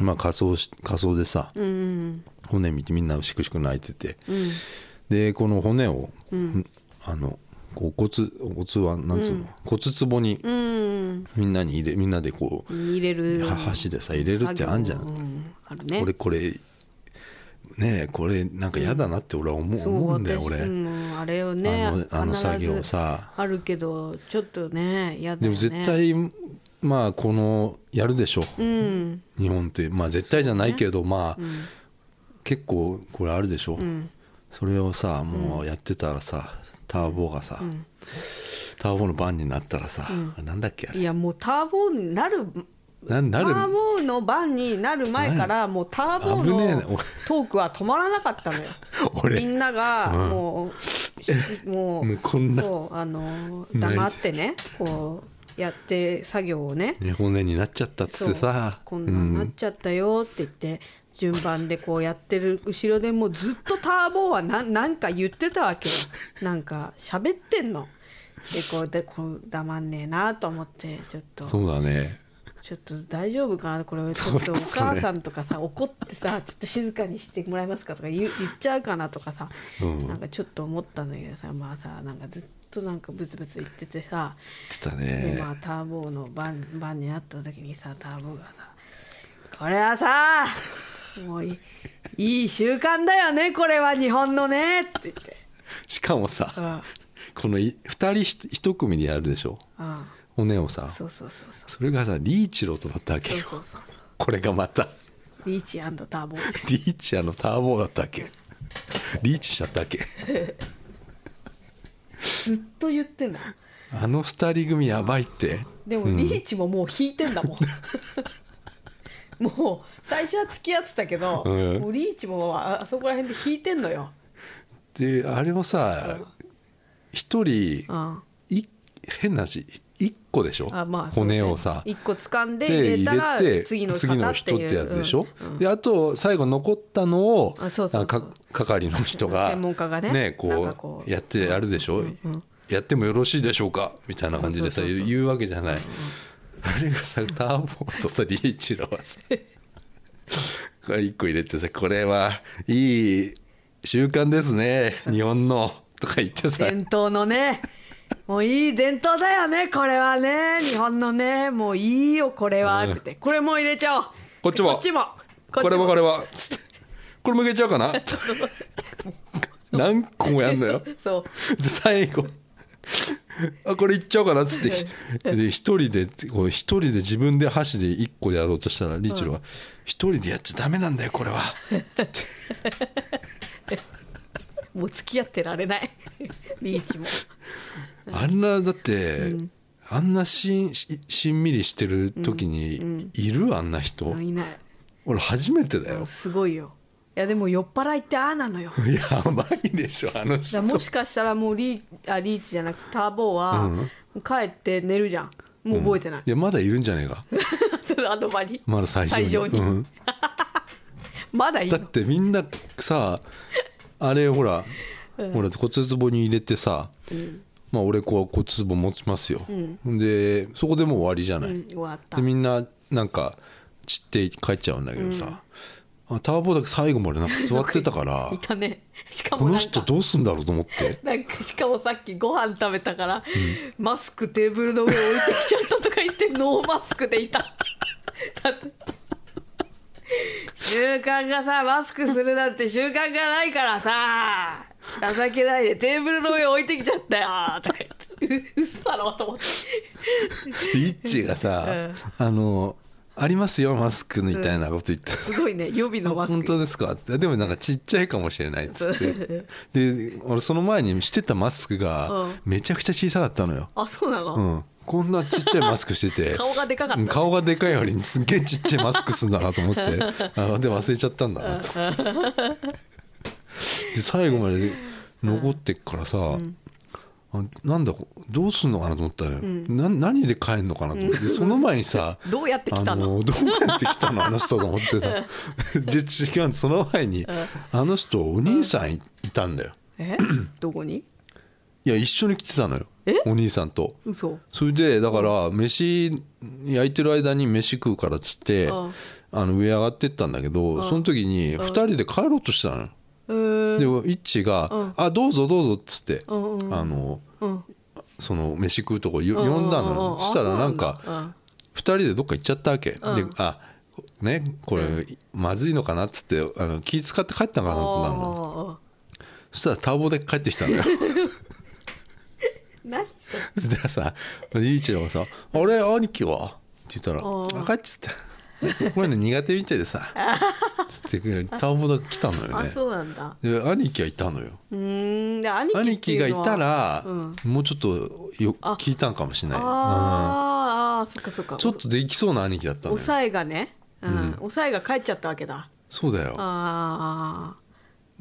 Speaker 1: まあ仮装し仮装でさ
Speaker 2: うんうん
Speaker 1: 骨見てみんなしくしく泣いてて
Speaker 2: うん
Speaker 1: でこの骨を、あのこう骨骨はなんつうの、骨壺に
Speaker 2: うん
Speaker 1: みんなに入れみんなでこう
Speaker 2: 入れる
Speaker 1: は箸でさ入れるってあんじゃん
Speaker 2: 作業うんあるね
Speaker 1: これこれねえこれなんか嫌だなって俺は思う,、
Speaker 2: そ
Speaker 1: 思うんだよ
Speaker 2: 私
Speaker 1: 俺、
Speaker 2: うんあれをね
Speaker 1: あのあの
Speaker 2: 必ず
Speaker 1: 作業さ
Speaker 2: あるけどちょっとね嫌だ
Speaker 1: で
Speaker 2: よ
Speaker 1: も
Speaker 2: ね
Speaker 1: 絶対、まあこのやるでしょ
Speaker 2: うん
Speaker 1: 日本ってまあ絶対じゃないけど、まあ、結構これあるでしょ、
Speaker 2: うん
Speaker 1: それをさもうやってたらさターボがさ、ターボの番になったらさ、なんだっけあれ
Speaker 2: いやもうターボになる
Speaker 1: なな
Speaker 2: タ
Speaker 1: る
Speaker 2: ーボの番になる前からもうターボ
Speaker 1: 危ねえ
Speaker 2: の
Speaker 1: なお
Speaker 2: トークは止まらなかったのよみん
Speaker 1: 俺
Speaker 2: ながもう、しもう
Speaker 1: もうこんな
Speaker 2: そうあの黙ってねこうやって作業をね
Speaker 1: ね骨になっちゃったっつってさ
Speaker 2: こんなんなっちゃったよって言って、順番でこうやってる後ろでもうずっとターボはななんか言ってたわけよなんか喋ってんのでこうでこう黙んねえなと思ってちょっと
Speaker 1: そうだね
Speaker 2: ちょっと大丈夫かなこれちょっとお母さんとかさ怒ってさちょっと静かにしてもらえますかとか言う言っちゃうかなとかさ、
Speaker 1: うん
Speaker 2: なんかちょっと思ったんだけどさまあさなんかずっとなんかブツブツ言っててさ
Speaker 1: つった
Speaker 2: で
Speaker 1: ね
Speaker 2: まあターボーの番番になった時にさターボーがさ「これはさもういいい習慣だよねこれは日本のね」って言って。
Speaker 1: しかもさ
Speaker 2: あ
Speaker 1: このい二人ひと一組でやるでしょ
Speaker 2: あ
Speaker 1: 骨をさ
Speaker 2: そうそうそうそ
Speaker 1: それがさリーチロとだったわけ
Speaker 2: う
Speaker 1: よ
Speaker 2: そうそうそう
Speaker 1: これがまた
Speaker 2: リーチターボー
Speaker 1: リーチあのターボだったっけリーチしちゃったっけ
Speaker 2: ずっと言ってんだ
Speaker 1: あの二人組やばいって
Speaker 2: でもリーチももう引いてんだもん、もう最初は付き合ってたけど、
Speaker 1: うん
Speaker 2: もうリーチもああそこら辺で引いてんのよ、
Speaker 1: であれもさ一人
Speaker 2: うん、
Speaker 1: い変な話1個でしょ、
Speaker 2: あまあそうね
Speaker 1: 骨をさ
Speaker 2: 一個掴んで
Speaker 1: で
Speaker 2: 入れ
Speaker 1: 入
Speaker 2: たら
Speaker 1: れて
Speaker 2: 次の
Speaker 1: 次の人
Speaker 2: 型
Speaker 1: っ
Speaker 2: いう
Speaker 1: てやつでしょ、
Speaker 2: うんうん
Speaker 1: であと最後残ったのを
Speaker 2: あそうそうそう
Speaker 1: か係の人が
Speaker 2: 専門家がねなん
Speaker 1: こ
Speaker 2: か
Speaker 1: う
Speaker 2: こう
Speaker 1: やってやるでしょ、やってもよろしいでしょうかみたいな感じでさ
Speaker 2: そうそうそうそう
Speaker 1: 言うわけじゃない、あれがさターボとさリーチロはさこれ一個入れてさこれはいい習慣ですね日本のとか言ってさ
Speaker 2: 伝統のねもういい伝統だよねこれはね日本のねもういいよこれは、
Speaker 1: うん
Speaker 2: ってこれも入れちゃおう
Speaker 1: こっちも
Speaker 2: こっちも
Speaker 1: これはこれはつってこれもいけちゃうか な何個もやんのよ
Speaker 2: そう
Speaker 1: で最後あこれいっちゃおうかなっつってひで一人でこう一人で自分で箸で一個やろうとしたらリーチェルは「一人でやっちゃダメなんだよこれは」つって
Speaker 2: もう付き合ってられないリーチも
Speaker 1: あんなだってあんなしんししんみりしてる時にいるあんな人
Speaker 2: いない
Speaker 1: 俺初めてだよ
Speaker 2: すごいよいやでも酔っ払いってああなのよだか
Speaker 1: やばいでしょあの人
Speaker 2: らもしかしたらもうリーあリーチじゃなくてターボは、
Speaker 1: うん
Speaker 2: もう帰って寝るじゃんもう覚えてない
Speaker 1: い、やまだいるんじゃないか
Speaker 2: あの場に、
Speaker 1: まだ最
Speaker 2: 最
Speaker 1: 上
Speaker 2: 上
Speaker 1: に
Speaker 2: に
Speaker 1: うん
Speaker 2: まだいい
Speaker 1: だ
Speaker 2: の
Speaker 1: ってみんなさあれほら、
Speaker 2: うん
Speaker 1: ほら骨壺に入れてさ、まあ俺こう骨壺持ちますよ、でそこでもう終わりじゃない、
Speaker 2: うん、終わった
Speaker 1: でみんななんか散って帰っちゃうんだけどさ、あターボだけ最後までなんか座ってたから
Speaker 2: いたねしか
Speaker 1: こ
Speaker 2: も
Speaker 1: の
Speaker 2: なん
Speaker 1: 人
Speaker 2: か
Speaker 1: どうすんだろうと思って
Speaker 2: なんかしかもさっきご飯食べたから、マスクテーブルの上置いてきちゃったとか言って ノーマスクでいただって習慣がさマスクするなんて習慣がないからさ情けないでテーブルの上置いてきちゃったよとか言ってう嘘だろと思って
Speaker 1: リッチがさ、あの「ありますよマスク」みたいなこと言って、
Speaker 2: すごいね予備のマス
Speaker 1: 本
Speaker 2: ク
Speaker 1: 当ですかってでもなんかちっちゃいかもしれないっつっ
Speaker 2: そ
Speaker 1: てで俺その前にしてたマスクが
Speaker 2: うん
Speaker 1: めちゃくちゃ小さかったのよ、
Speaker 2: あそうなの、
Speaker 1: うん、こんなちっちゃいマスクしてて
Speaker 2: 顔がでかかった
Speaker 1: うん顔がでかい割にすっげえちっちゃいマスクすんだなと思って あで忘れちゃったんだなと思ってで最後まで残ってっからさ、あなんだどうすんのかなと思ったのよ、な何で帰んのかなと思ってでその前にさ
Speaker 2: どうやって来たの
Speaker 1: あどうやって来たのあの人と思ってたで違うその前にあの人お兄さんいいたんだよ
Speaker 2: えどこに
Speaker 1: いや一緒に来てたのよ
Speaker 2: え
Speaker 1: お兄さんと
Speaker 2: 嘘
Speaker 1: それでだから飯焼いてる間に飯食うからっつって
Speaker 2: うん
Speaker 1: あの上上がってったんだけどその時に2人で帰ろうとしたのよ
Speaker 2: えー、
Speaker 1: でもイッチが「あどうぞどうぞ」っつってあ
Speaker 2: んうん
Speaker 1: の
Speaker 2: うん
Speaker 1: その飯食うとこよ呼んだ
Speaker 2: うう
Speaker 1: の
Speaker 2: う
Speaker 1: よ
Speaker 2: う
Speaker 1: そしたらなんか
Speaker 2: あそうだ
Speaker 1: 2人でどっか行っちゃったわけで
Speaker 2: うん
Speaker 1: あねこれまずいのかなっつってあの気使って帰ったのかなと思ったのよ
Speaker 2: あ
Speaker 1: そしたらターボで帰ってきたのよ
Speaker 2: ー何
Speaker 1: そしたらさリーチェルがさ「あれ兄貴は?」って言ったら「
Speaker 2: おー
Speaker 1: 分かっちゃったこういうの苦手みたいでさ」つってターボだけ来たのよ
Speaker 2: あ
Speaker 1: ね
Speaker 2: そうなんだ
Speaker 1: で兄貴はいたのよ
Speaker 2: うーんで
Speaker 1: 兄
Speaker 2: 兄貴
Speaker 1: 貴
Speaker 2: ってう
Speaker 1: がい
Speaker 2: のは
Speaker 1: たら、
Speaker 2: うん
Speaker 1: もうちょっとよ
Speaker 2: あ
Speaker 1: 聞いたんかもしれないうん
Speaker 2: あーあーそっかそっか
Speaker 1: ちょっとできそうな兄貴だったのよ
Speaker 2: 抑えがねうん抑えが帰っちゃったわけだ
Speaker 1: そうだよ
Speaker 2: ああ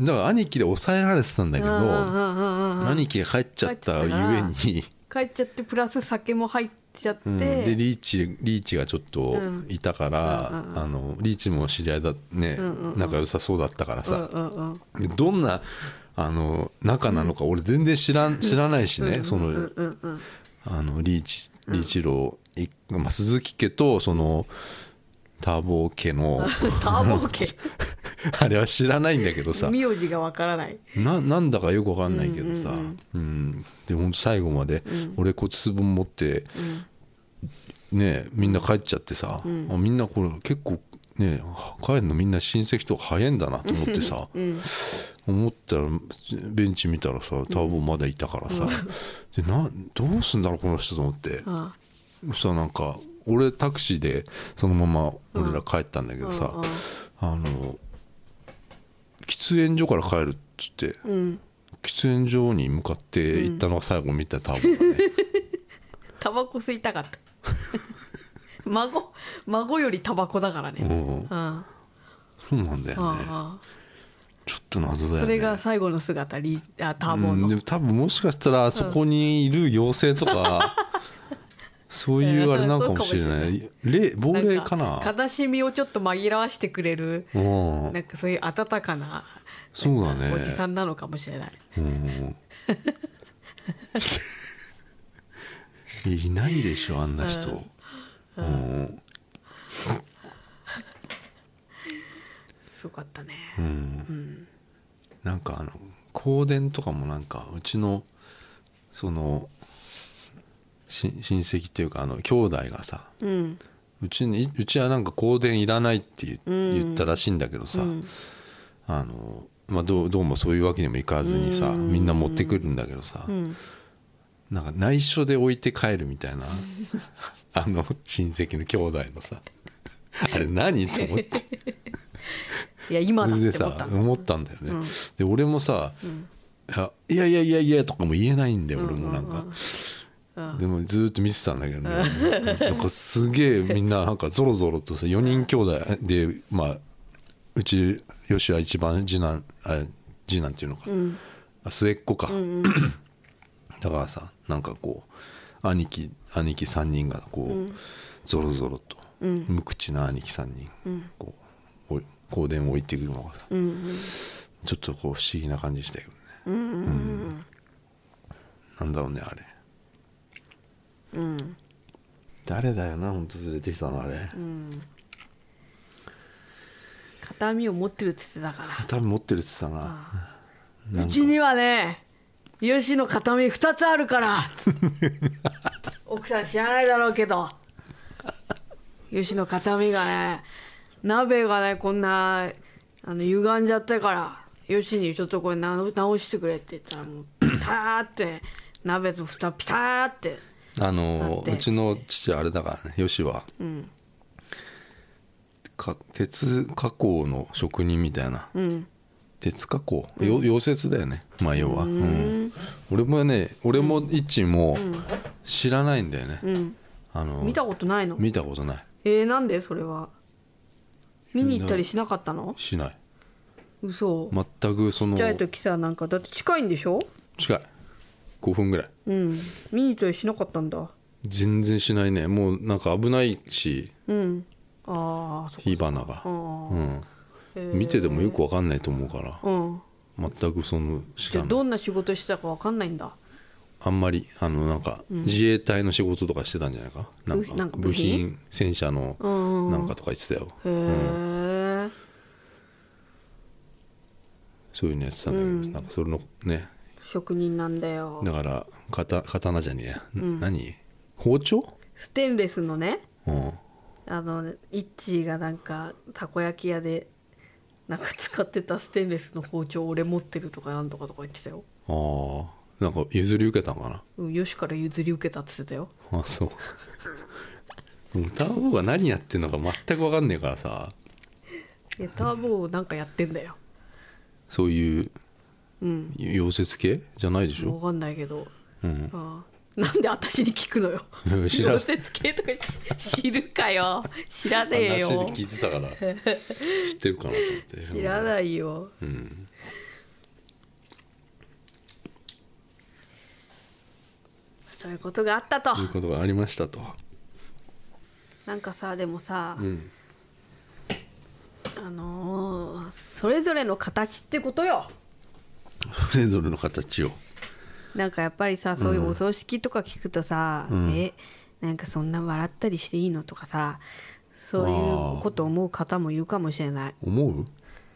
Speaker 1: だから兄貴で抑えられてたんだけど、兄貴が帰っちゃったゆえに、
Speaker 2: 帰っちゃってプラス酒も入っちゃって、
Speaker 1: うん、でリーチリーチがちょっといたから、あのリーチも知り合いだね、仲良さそうだったからさ、
Speaker 2: うんうん
Speaker 1: でどんなあの仲なのか俺全然知らん知らないしね、その,、あのリーチリーチロー、いまあ、鈴木家とそのターボ家の
Speaker 2: ターボ家
Speaker 1: あれは知らないんだけどさ
Speaker 2: 名字がわからない
Speaker 1: ななんだかよくわかんないけどさ、うんでほんと最後まで俺骨壺持って、ねえみんな帰っちゃってさ、あみんなこれ結構ねえ帰るのみんな親戚とか早いんだなと思ってさ、思ったらベンチ見たらさターボまだいたからさ、でなどうすんだろうこの人と思って。
Speaker 2: あ
Speaker 1: そしたらなんか俺タクシーでそのまま俺ら帰ったんだけどさ、あの喫煙所から帰るっつって、喫煙所に向かって行ったのが最後見たターボがね、
Speaker 2: タバコ吸いたかった 孫孫よりタバコだからね、うん
Speaker 1: うん
Speaker 2: あ
Speaker 1: そうなんだよね
Speaker 2: あ
Speaker 1: ちょっと謎だよね
Speaker 2: それが最後の姿リあターボ
Speaker 1: う
Speaker 2: の、
Speaker 1: ん、でも多分もしかしたらそこにいる妖精とか、そういうあれなんかもしれない霊亡霊かな
Speaker 2: 悲しみをちょっと紛らわしてくれる
Speaker 1: うん
Speaker 2: なんかそういう温かな
Speaker 1: そうだね
Speaker 2: おじさんなのかもしれない
Speaker 1: うん いないでしょあんな 人うん
Speaker 2: すごかったね
Speaker 1: なんかあの香典とかもなんかうちのそのし親戚っていうかあの兄弟がさ
Speaker 3: うん
Speaker 1: うちにうちはなんか香典いらないって言,、言ったらしいんだけどさ、あのまあ、どうどうもそういうわけにもいかずにさ、みんな持ってくるんだけどさ、なんか内緒で置いて帰るみ たいなあの親戚の兄弟のさあれ何と思って
Speaker 2: いや今だ
Speaker 1: そ
Speaker 2: っ
Speaker 1: れで
Speaker 2: て思っ
Speaker 1: さ
Speaker 2: た
Speaker 1: 思ったんだよね、で俺もさ、いや「いやいやいやいや」とかも言えないんだよ俺もなんか、でもずーっと見てたんだけどね、 なんかすげえみんななんかぞろぞろとさ4人兄弟でまあうち吉は一番次男あ次男っていうのか、あ末っ子か、だからさなんかこう兄貴兄貴3人がこう、ぞろぞろと、無口な兄貴3人、こうおい香典を置いていくのがさ、ちょっとこう不思議な感じしたけどね、うんなんだろうねあれ、誰だよな本当連れてきたのあれ、
Speaker 2: 片身を持ってるって言ってたから
Speaker 1: 多分持ってるって言ってたな
Speaker 2: うちにはねよしの形見2つあるからつって奥さん知らないだろうけどよしの形見がね鍋がねこんなあの歪んじゃったからよしにちょっとこれ直直してくれって言ったらもうピターって鍋と蓋ピターって
Speaker 1: あ
Speaker 2: だっ
Speaker 1: の
Speaker 2: て
Speaker 1: うちの父あれだからねよしは、か鉄加工の職人みたいな、鉄加工、よ溶接だよねまあ要は、うん俺もね俺も一も知らないんだよね、あの
Speaker 2: 見たことないの
Speaker 1: 見たことない
Speaker 2: えー、なんでそれは見に行ったりしなかったの
Speaker 1: しない
Speaker 2: 嘘
Speaker 1: 全くそ
Speaker 2: ち
Speaker 1: の
Speaker 2: っちゃい時さなんかだって近いんでしょ
Speaker 1: 近い5分ぐらい
Speaker 2: うん見に行ったりしなかったんだ
Speaker 1: 全然しないねもうなんか危ないし
Speaker 2: うんああそっ
Speaker 1: 火花が、
Speaker 2: か
Speaker 1: うん、見ててもよくわかんないと思うから
Speaker 2: うん
Speaker 1: 全くその知
Speaker 2: じ
Speaker 1: ら
Speaker 2: ゃあ
Speaker 1: ない
Speaker 2: どんな仕事してたかわかんないんだ
Speaker 1: あんまりあのなんか自衛隊の仕事とかしてたんじゃないかなん
Speaker 2: 部なん
Speaker 1: か
Speaker 2: か部
Speaker 1: 部
Speaker 2: 品
Speaker 1: 品戦車のなんかとか言ってたよ
Speaker 2: へえ
Speaker 1: そういうのやってたんだけど、なんかそれのね
Speaker 2: 職人なんだよ
Speaker 1: だから刀刀じゃねえや、何包丁、
Speaker 2: ステンレスのね
Speaker 1: うん、
Speaker 2: あのイッチーがなんかたこ焼き屋でなんか使ってたステンレスの包丁俺持ってるとかなんとかとか言ってたよ、
Speaker 1: あーなんか譲り受けたのか
Speaker 2: うん、よしから譲り受けたって言ってたよ
Speaker 1: なあそう歌う方が何やってんのか全く分かんねえからさ
Speaker 2: いやターボーなんかやってんだよ
Speaker 1: そういう
Speaker 2: うん
Speaker 1: 溶接系じゃないでし
Speaker 2: わ
Speaker 1: ょ、
Speaker 2: かんないけど
Speaker 1: うん、
Speaker 2: ああなんで私に聞くのよ
Speaker 1: 知ら
Speaker 2: 溶接系とか知知るかよ知らね
Speaker 1: 話
Speaker 2: え
Speaker 1: で
Speaker 2: よ
Speaker 1: 聞いてたから知ってるかなと思って
Speaker 2: 知らないよ
Speaker 1: うん
Speaker 2: そういうことがあったと
Speaker 1: そういうことがありましたと
Speaker 2: なんかさでもさ、
Speaker 1: うん
Speaker 2: あのーそれぞれの形ってことよ
Speaker 1: それぞれの形を
Speaker 2: なんかやっぱりさそういうお葬式とか聞くとさ、えなんかそんな笑ったりしていいのとかさそういうこと思う方もいるかもしれない
Speaker 1: 思う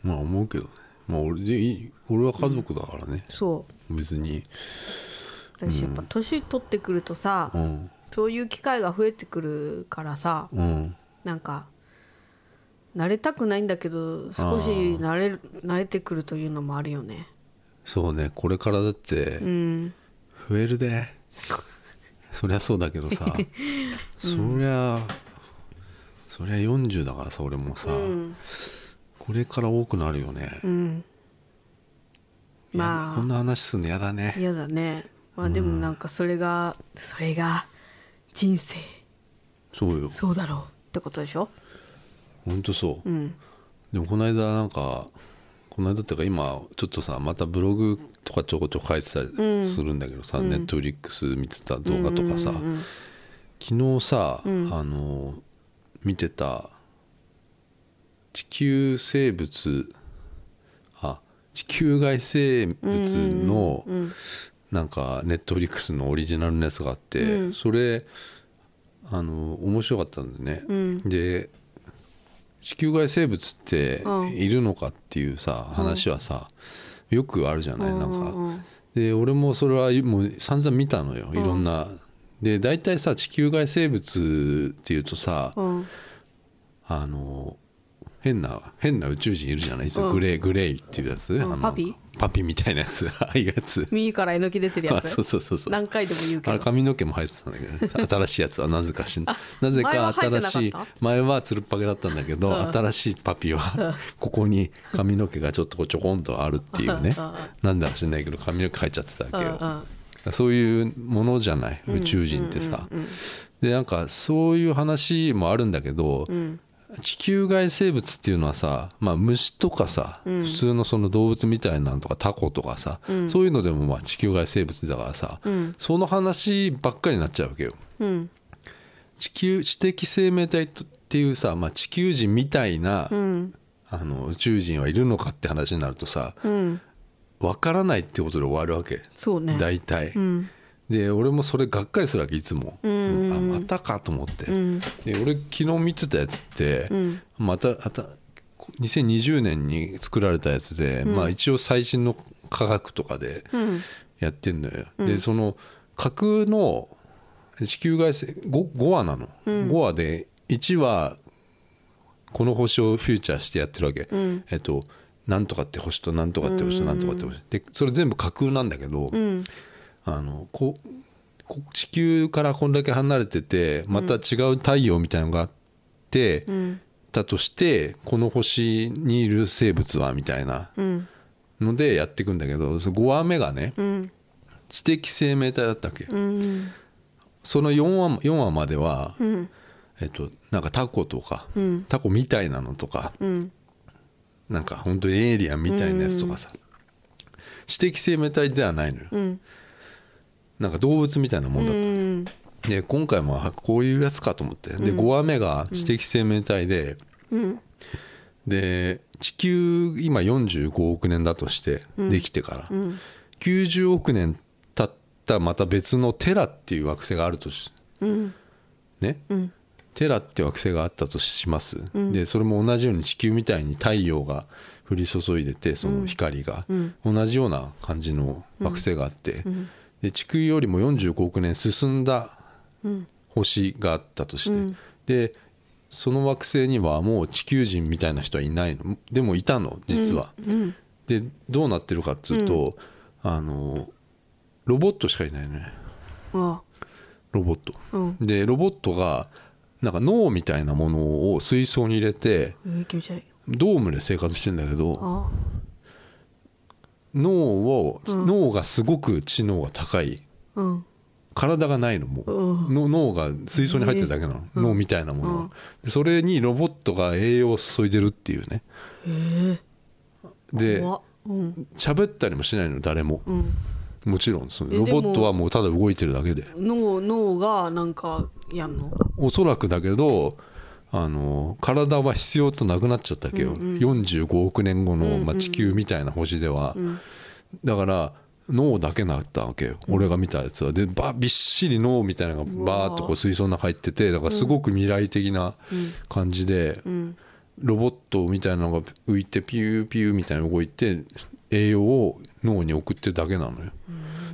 Speaker 1: まあ思うけどねまあ俺でいい俺は家族だからね、
Speaker 2: そう
Speaker 1: 別に
Speaker 2: 私やっぱ年取ってくるとさ、
Speaker 1: うん
Speaker 2: そういう機会が増えてくるからさ
Speaker 1: うん
Speaker 2: なんか慣れたくないんだけど少
Speaker 1: あ
Speaker 2: し
Speaker 1: ー
Speaker 2: 慣れる慣れてくるというのもあるよね
Speaker 1: そうねこれからだって
Speaker 2: うん
Speaker 1: 増えるで、そりゃそうだけどさ、そりゃそりゃ40だからさ俺もさ、これから多くなるよね、
Speaker 2: うん
Speaker 1: いや
Speaker 2: まあ
Speaker 1: こんな話するのやだね
Speaker 2: 嫌だねまあでもなんかそれが、それが人生
Speaker 1: そうよ
Speaker 2: そうだろうってことでしょ
Speaker 1: ほんとそう、
Speaker 2: うん
Speaker 1: でもこの間なんかこの間っていうか今ちょっとさまたブログとかちょこちょこ書いてたりするんだけどさ、ネットフリックス見てた動画とかさ、昨日さ、あの見てた地球生物あ地球外生物のなんかネットフリックスのオリジナルのやつがあって、それあの面白かったんだよね、で地球外生物っているのかっていうさ、話はさよくあるじゃない、なんか、で俺もそれはもう散々見たのよいろんな、で大体さ地球外生物っていうとさ、
Speaker 3: ん
Speaker 1: あの変な変な宇宙人いるじゃないですか、グレーグレイっていうやつ、あの
Speaker 2: パピ
Speaker 1: パピみたいなやつああいうやつ
Speaker 2: 右からえのき出てるや
Speaker 1: あ
Speaker 2: つ
Speaker 1: そうそうそうそう
Speaker 2: 何回でも言うけ
Speaker 1: あれ
Speaker 2: ど
Speaker 1: 髪の毛も生えてたんだけど ね新しいやつはなぜかしんなぜ
Speaker 2: 前は
Speaker 1: か
Speaker 2: 生えて
Speaker 1: 新
Speaker 2: なかった
Speaker 1: しい前はつるっぱげだったんだけど、新しいパピはここに髪の毛がちょっとこうちょこんとあるっていうねなんだか知んないけど髪の毛生えちゃってたわけよ、そういうものじゃない宇宙人ってさ、でなんかそういう話もあるんだけど、地球外生物っていうのはさ、まあ、虫とかさ、普通のその動物みたいなのとかタコとかさ、そういうのでもまあ地球外生物だからさ、その話ばっかりになっちゃうわけよ。地球知的生命体とっていうさ、まあ、地球人みたいな、あの宇宙人はいるのかって話になるとさ、わからないってことで終わるわけ
Speaker 2: そうね
Speaker 1: 大体、で俺もそれがっかりするわけいつも、あまたかと思って、で俺昨日見てたやつって、またあた2020年に作られたやつで、まあ一応最新の科学とかでやってんのよ、でその架空の地球外生 5, 5話なの、5話で1話この星をフューチャーしてやってるわけ、えっとなんとかって星となんとかって星となんとかって星、でそれ全部架空なんだけど、あのここ地球からこんだけ離れててまた違う太陽みたいなのがあって、だとしてこの星にいる生物はみたいなのでやっていくんだけどその5話目がね、知的生命体だったっけ、その4話4話までは、えっと、なんかタコとか、タコみたいなのとか、なんか本当にエイリアンみたいなやつとかさ、知的生命体ではないのよ、なんか動物みたいなもんだったの、で今回もあこういうやつかと思ってで5話目が知的生命体で、で地球今45億年だとしてできてから、90億年経ったまた別のテラっていう惑星があるとし、ね、テラって惑星があったとします、でそれも同じように地球みたいに太陽が降り注いでてその光が、同じような感じの惑星があって、で地球よりも45億年進んだ星があったとして、でその惑星にはもう地球人みたいな人はいないのでもいたの実は、でどうなってるかっつうと、あのロボットしかいないね
Speaker 2: あ
Speaker 1: ロボット、でロボットがなんか脳みたいなものを水槽に入れて
Speaker 2: えー気持ち悪い
Speaker 1: ドームで生活してんだけど
Speaker 2: あ
Speaker 1: 脳を、脳がすごく知能が高い
Speaker 2: うん
Speaker 1: 体がないのもう、の脳が水槽に入ってるだけなの、脳みたいなものが、でそれにロボットが栄養を注いでるっていうねで
Speaker 2: 怖っうん
Speaker 1: 喋ったりもしないの誰も、もちろんそのロボットはもうただ動いてるだけで
Speaker 2: 脳脳がなんかやんの
Speaker 1: おそらくだけどあの体は必要となくなっちゃったわけよ、45億年後の、まあ、地球みたいな星では、だから脳だけだったわけよ俺が見たやつはでばびっしり脳みたいなのがバーっとこう水槽の中入っててだからすごく未来的な感じで、ロボットみたいなのが浮いてピューピューみたいなの動いて栄養を脳に送ってるだけなのよ。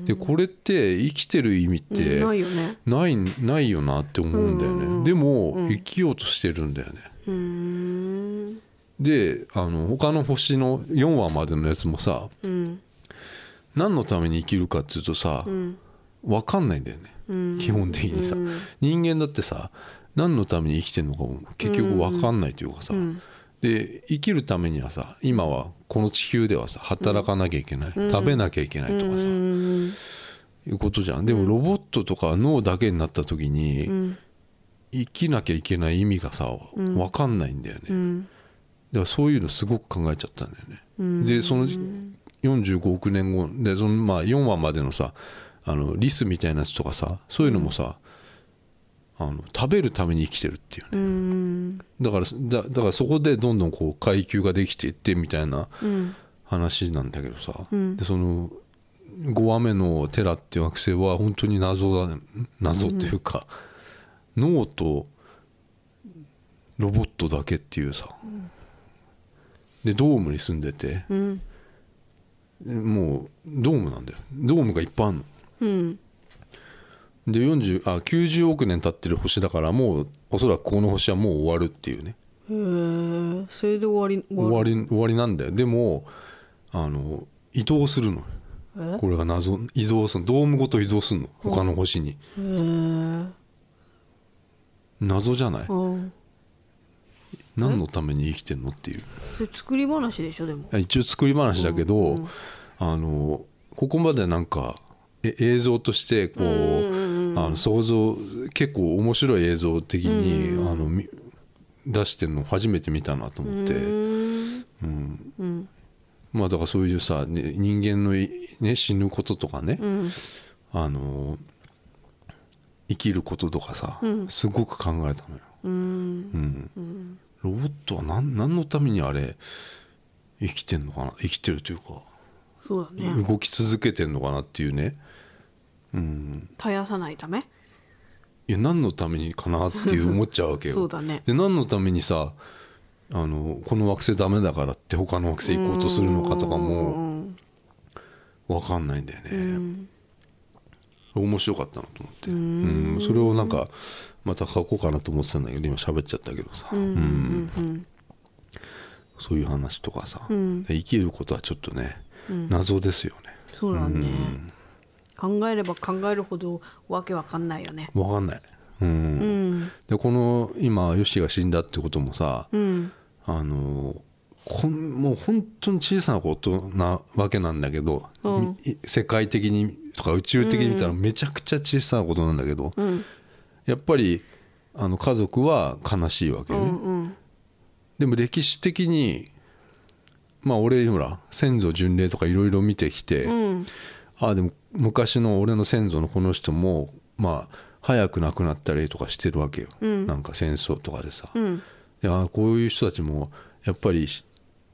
Speaker 1: でこれって生きてる意味って、
Speaker 2: ないよね
Speaker 1: ないないよなって思うんだよね、でも、生きようとしてるんだよねであの他の星の4話までのやつもさ、何のために生きるかっていうとさ、分かんないんだよね、基本的にさ、人間だってさ何のために生きてるのかも結局分かんないというかさ、で生きるためにはさ今はこの地球ではさ働かなきゃいけない、食べなきゃいけないとかさ、いうことじゃんでもロボットとか脳だけになった時に、生きなきゃいけない意味がさ分かんないんだよね、だからそういうのすごく考えちゃったんだよね、でその45億年後でそのまあ4話までのさあのリスみたいなやつとかさそういうのもさ、あの食べるために生きてるっていうねだからだだからそこでどんどんこう階級ができていってみたいな話なんだけどさ、でその5話目の「テラ」っていう惑星は本当に謎だね謎っていうか、脳とロボットだけっていうさ、でドームに住んでて、もうドームなんだよドームがいっぱいあるの。
Speaker 2: うん
Speaker 1: で40あ90億年経ってる星だからもうおそらくこの星はもう終わるっていうね
Speaker 2: へえそれで終わり
Speaker 1: 終わり終わりなんだよでもあの移動するの
Speaker 2: え
Speaker 1: これが謎移動するのドームごと移動するの他の星に
Speaker 2: へえ
Speaker 1: 謎じゃない
Speaker 2: うん
Speaker 1: 何のために生きてんのっていう
Speaker 2: それ作り話でしょでも
Speaker 1: 一応作り話だけど、あのここまでなんかえ映像としてこう,、あの想像結構面白い映像的に、あのみ出してるの初めて見たなと思って、うんまあだからそういうさ、ね、人間のい、ね、死ぬこととかね、あの生きることとかさ、すごく考えたのよ。うんロボットは何何のためにあれ生きてんのかな生きてるというか、
Speaker 2: そうだね
Speaker 1: 動き続けてんのかなっていうねうん
Speaker 2: 絶やさないため
Speaker 1: いや何のためにかなっていう思っちゃうわ けよ
Speaker 2: そうだね
Speaker 1: で何のためにさあのこの惑星ダメだからって他の惑星行こうとするのかとかも分かんないんだよね面白かったなと思ってうんそれをなんかまた書こうかなと思ってたんだけど今喋っちゃったけどさうんそういう話とかさ生きることはちょっとね謎ですよね
Speaker 2: そうだね考えれば考えるほどわけわかんないよね
Speaker 1: 分かんないうん
Speaker 2: うん
Speaker 1: でこの今ヨシが死んだってこともさ、
Speaker 2: うん
Speaker 1: あのこんもう本当に小さなことなわけなんだけど、み世界的にとか宇宙的に見たらめちゃくちゃ小さなことなんだけど、やっぱりあの家族は悲しいわけよね、
Speaker 2: うん
Speaker 1: でも歴史的にまあ俺ほら先祖巡礼とかいろいろ見てきて、
Speaker 2: うん
Speaker 1: ああでも昔の俺の先祖のこの人もまあ早く亡くなったりとかしてるわけよ、なんか戦争とかでさ、
Speaker 2: ん
Speaker 1: いやこういう人たちもやっぱりし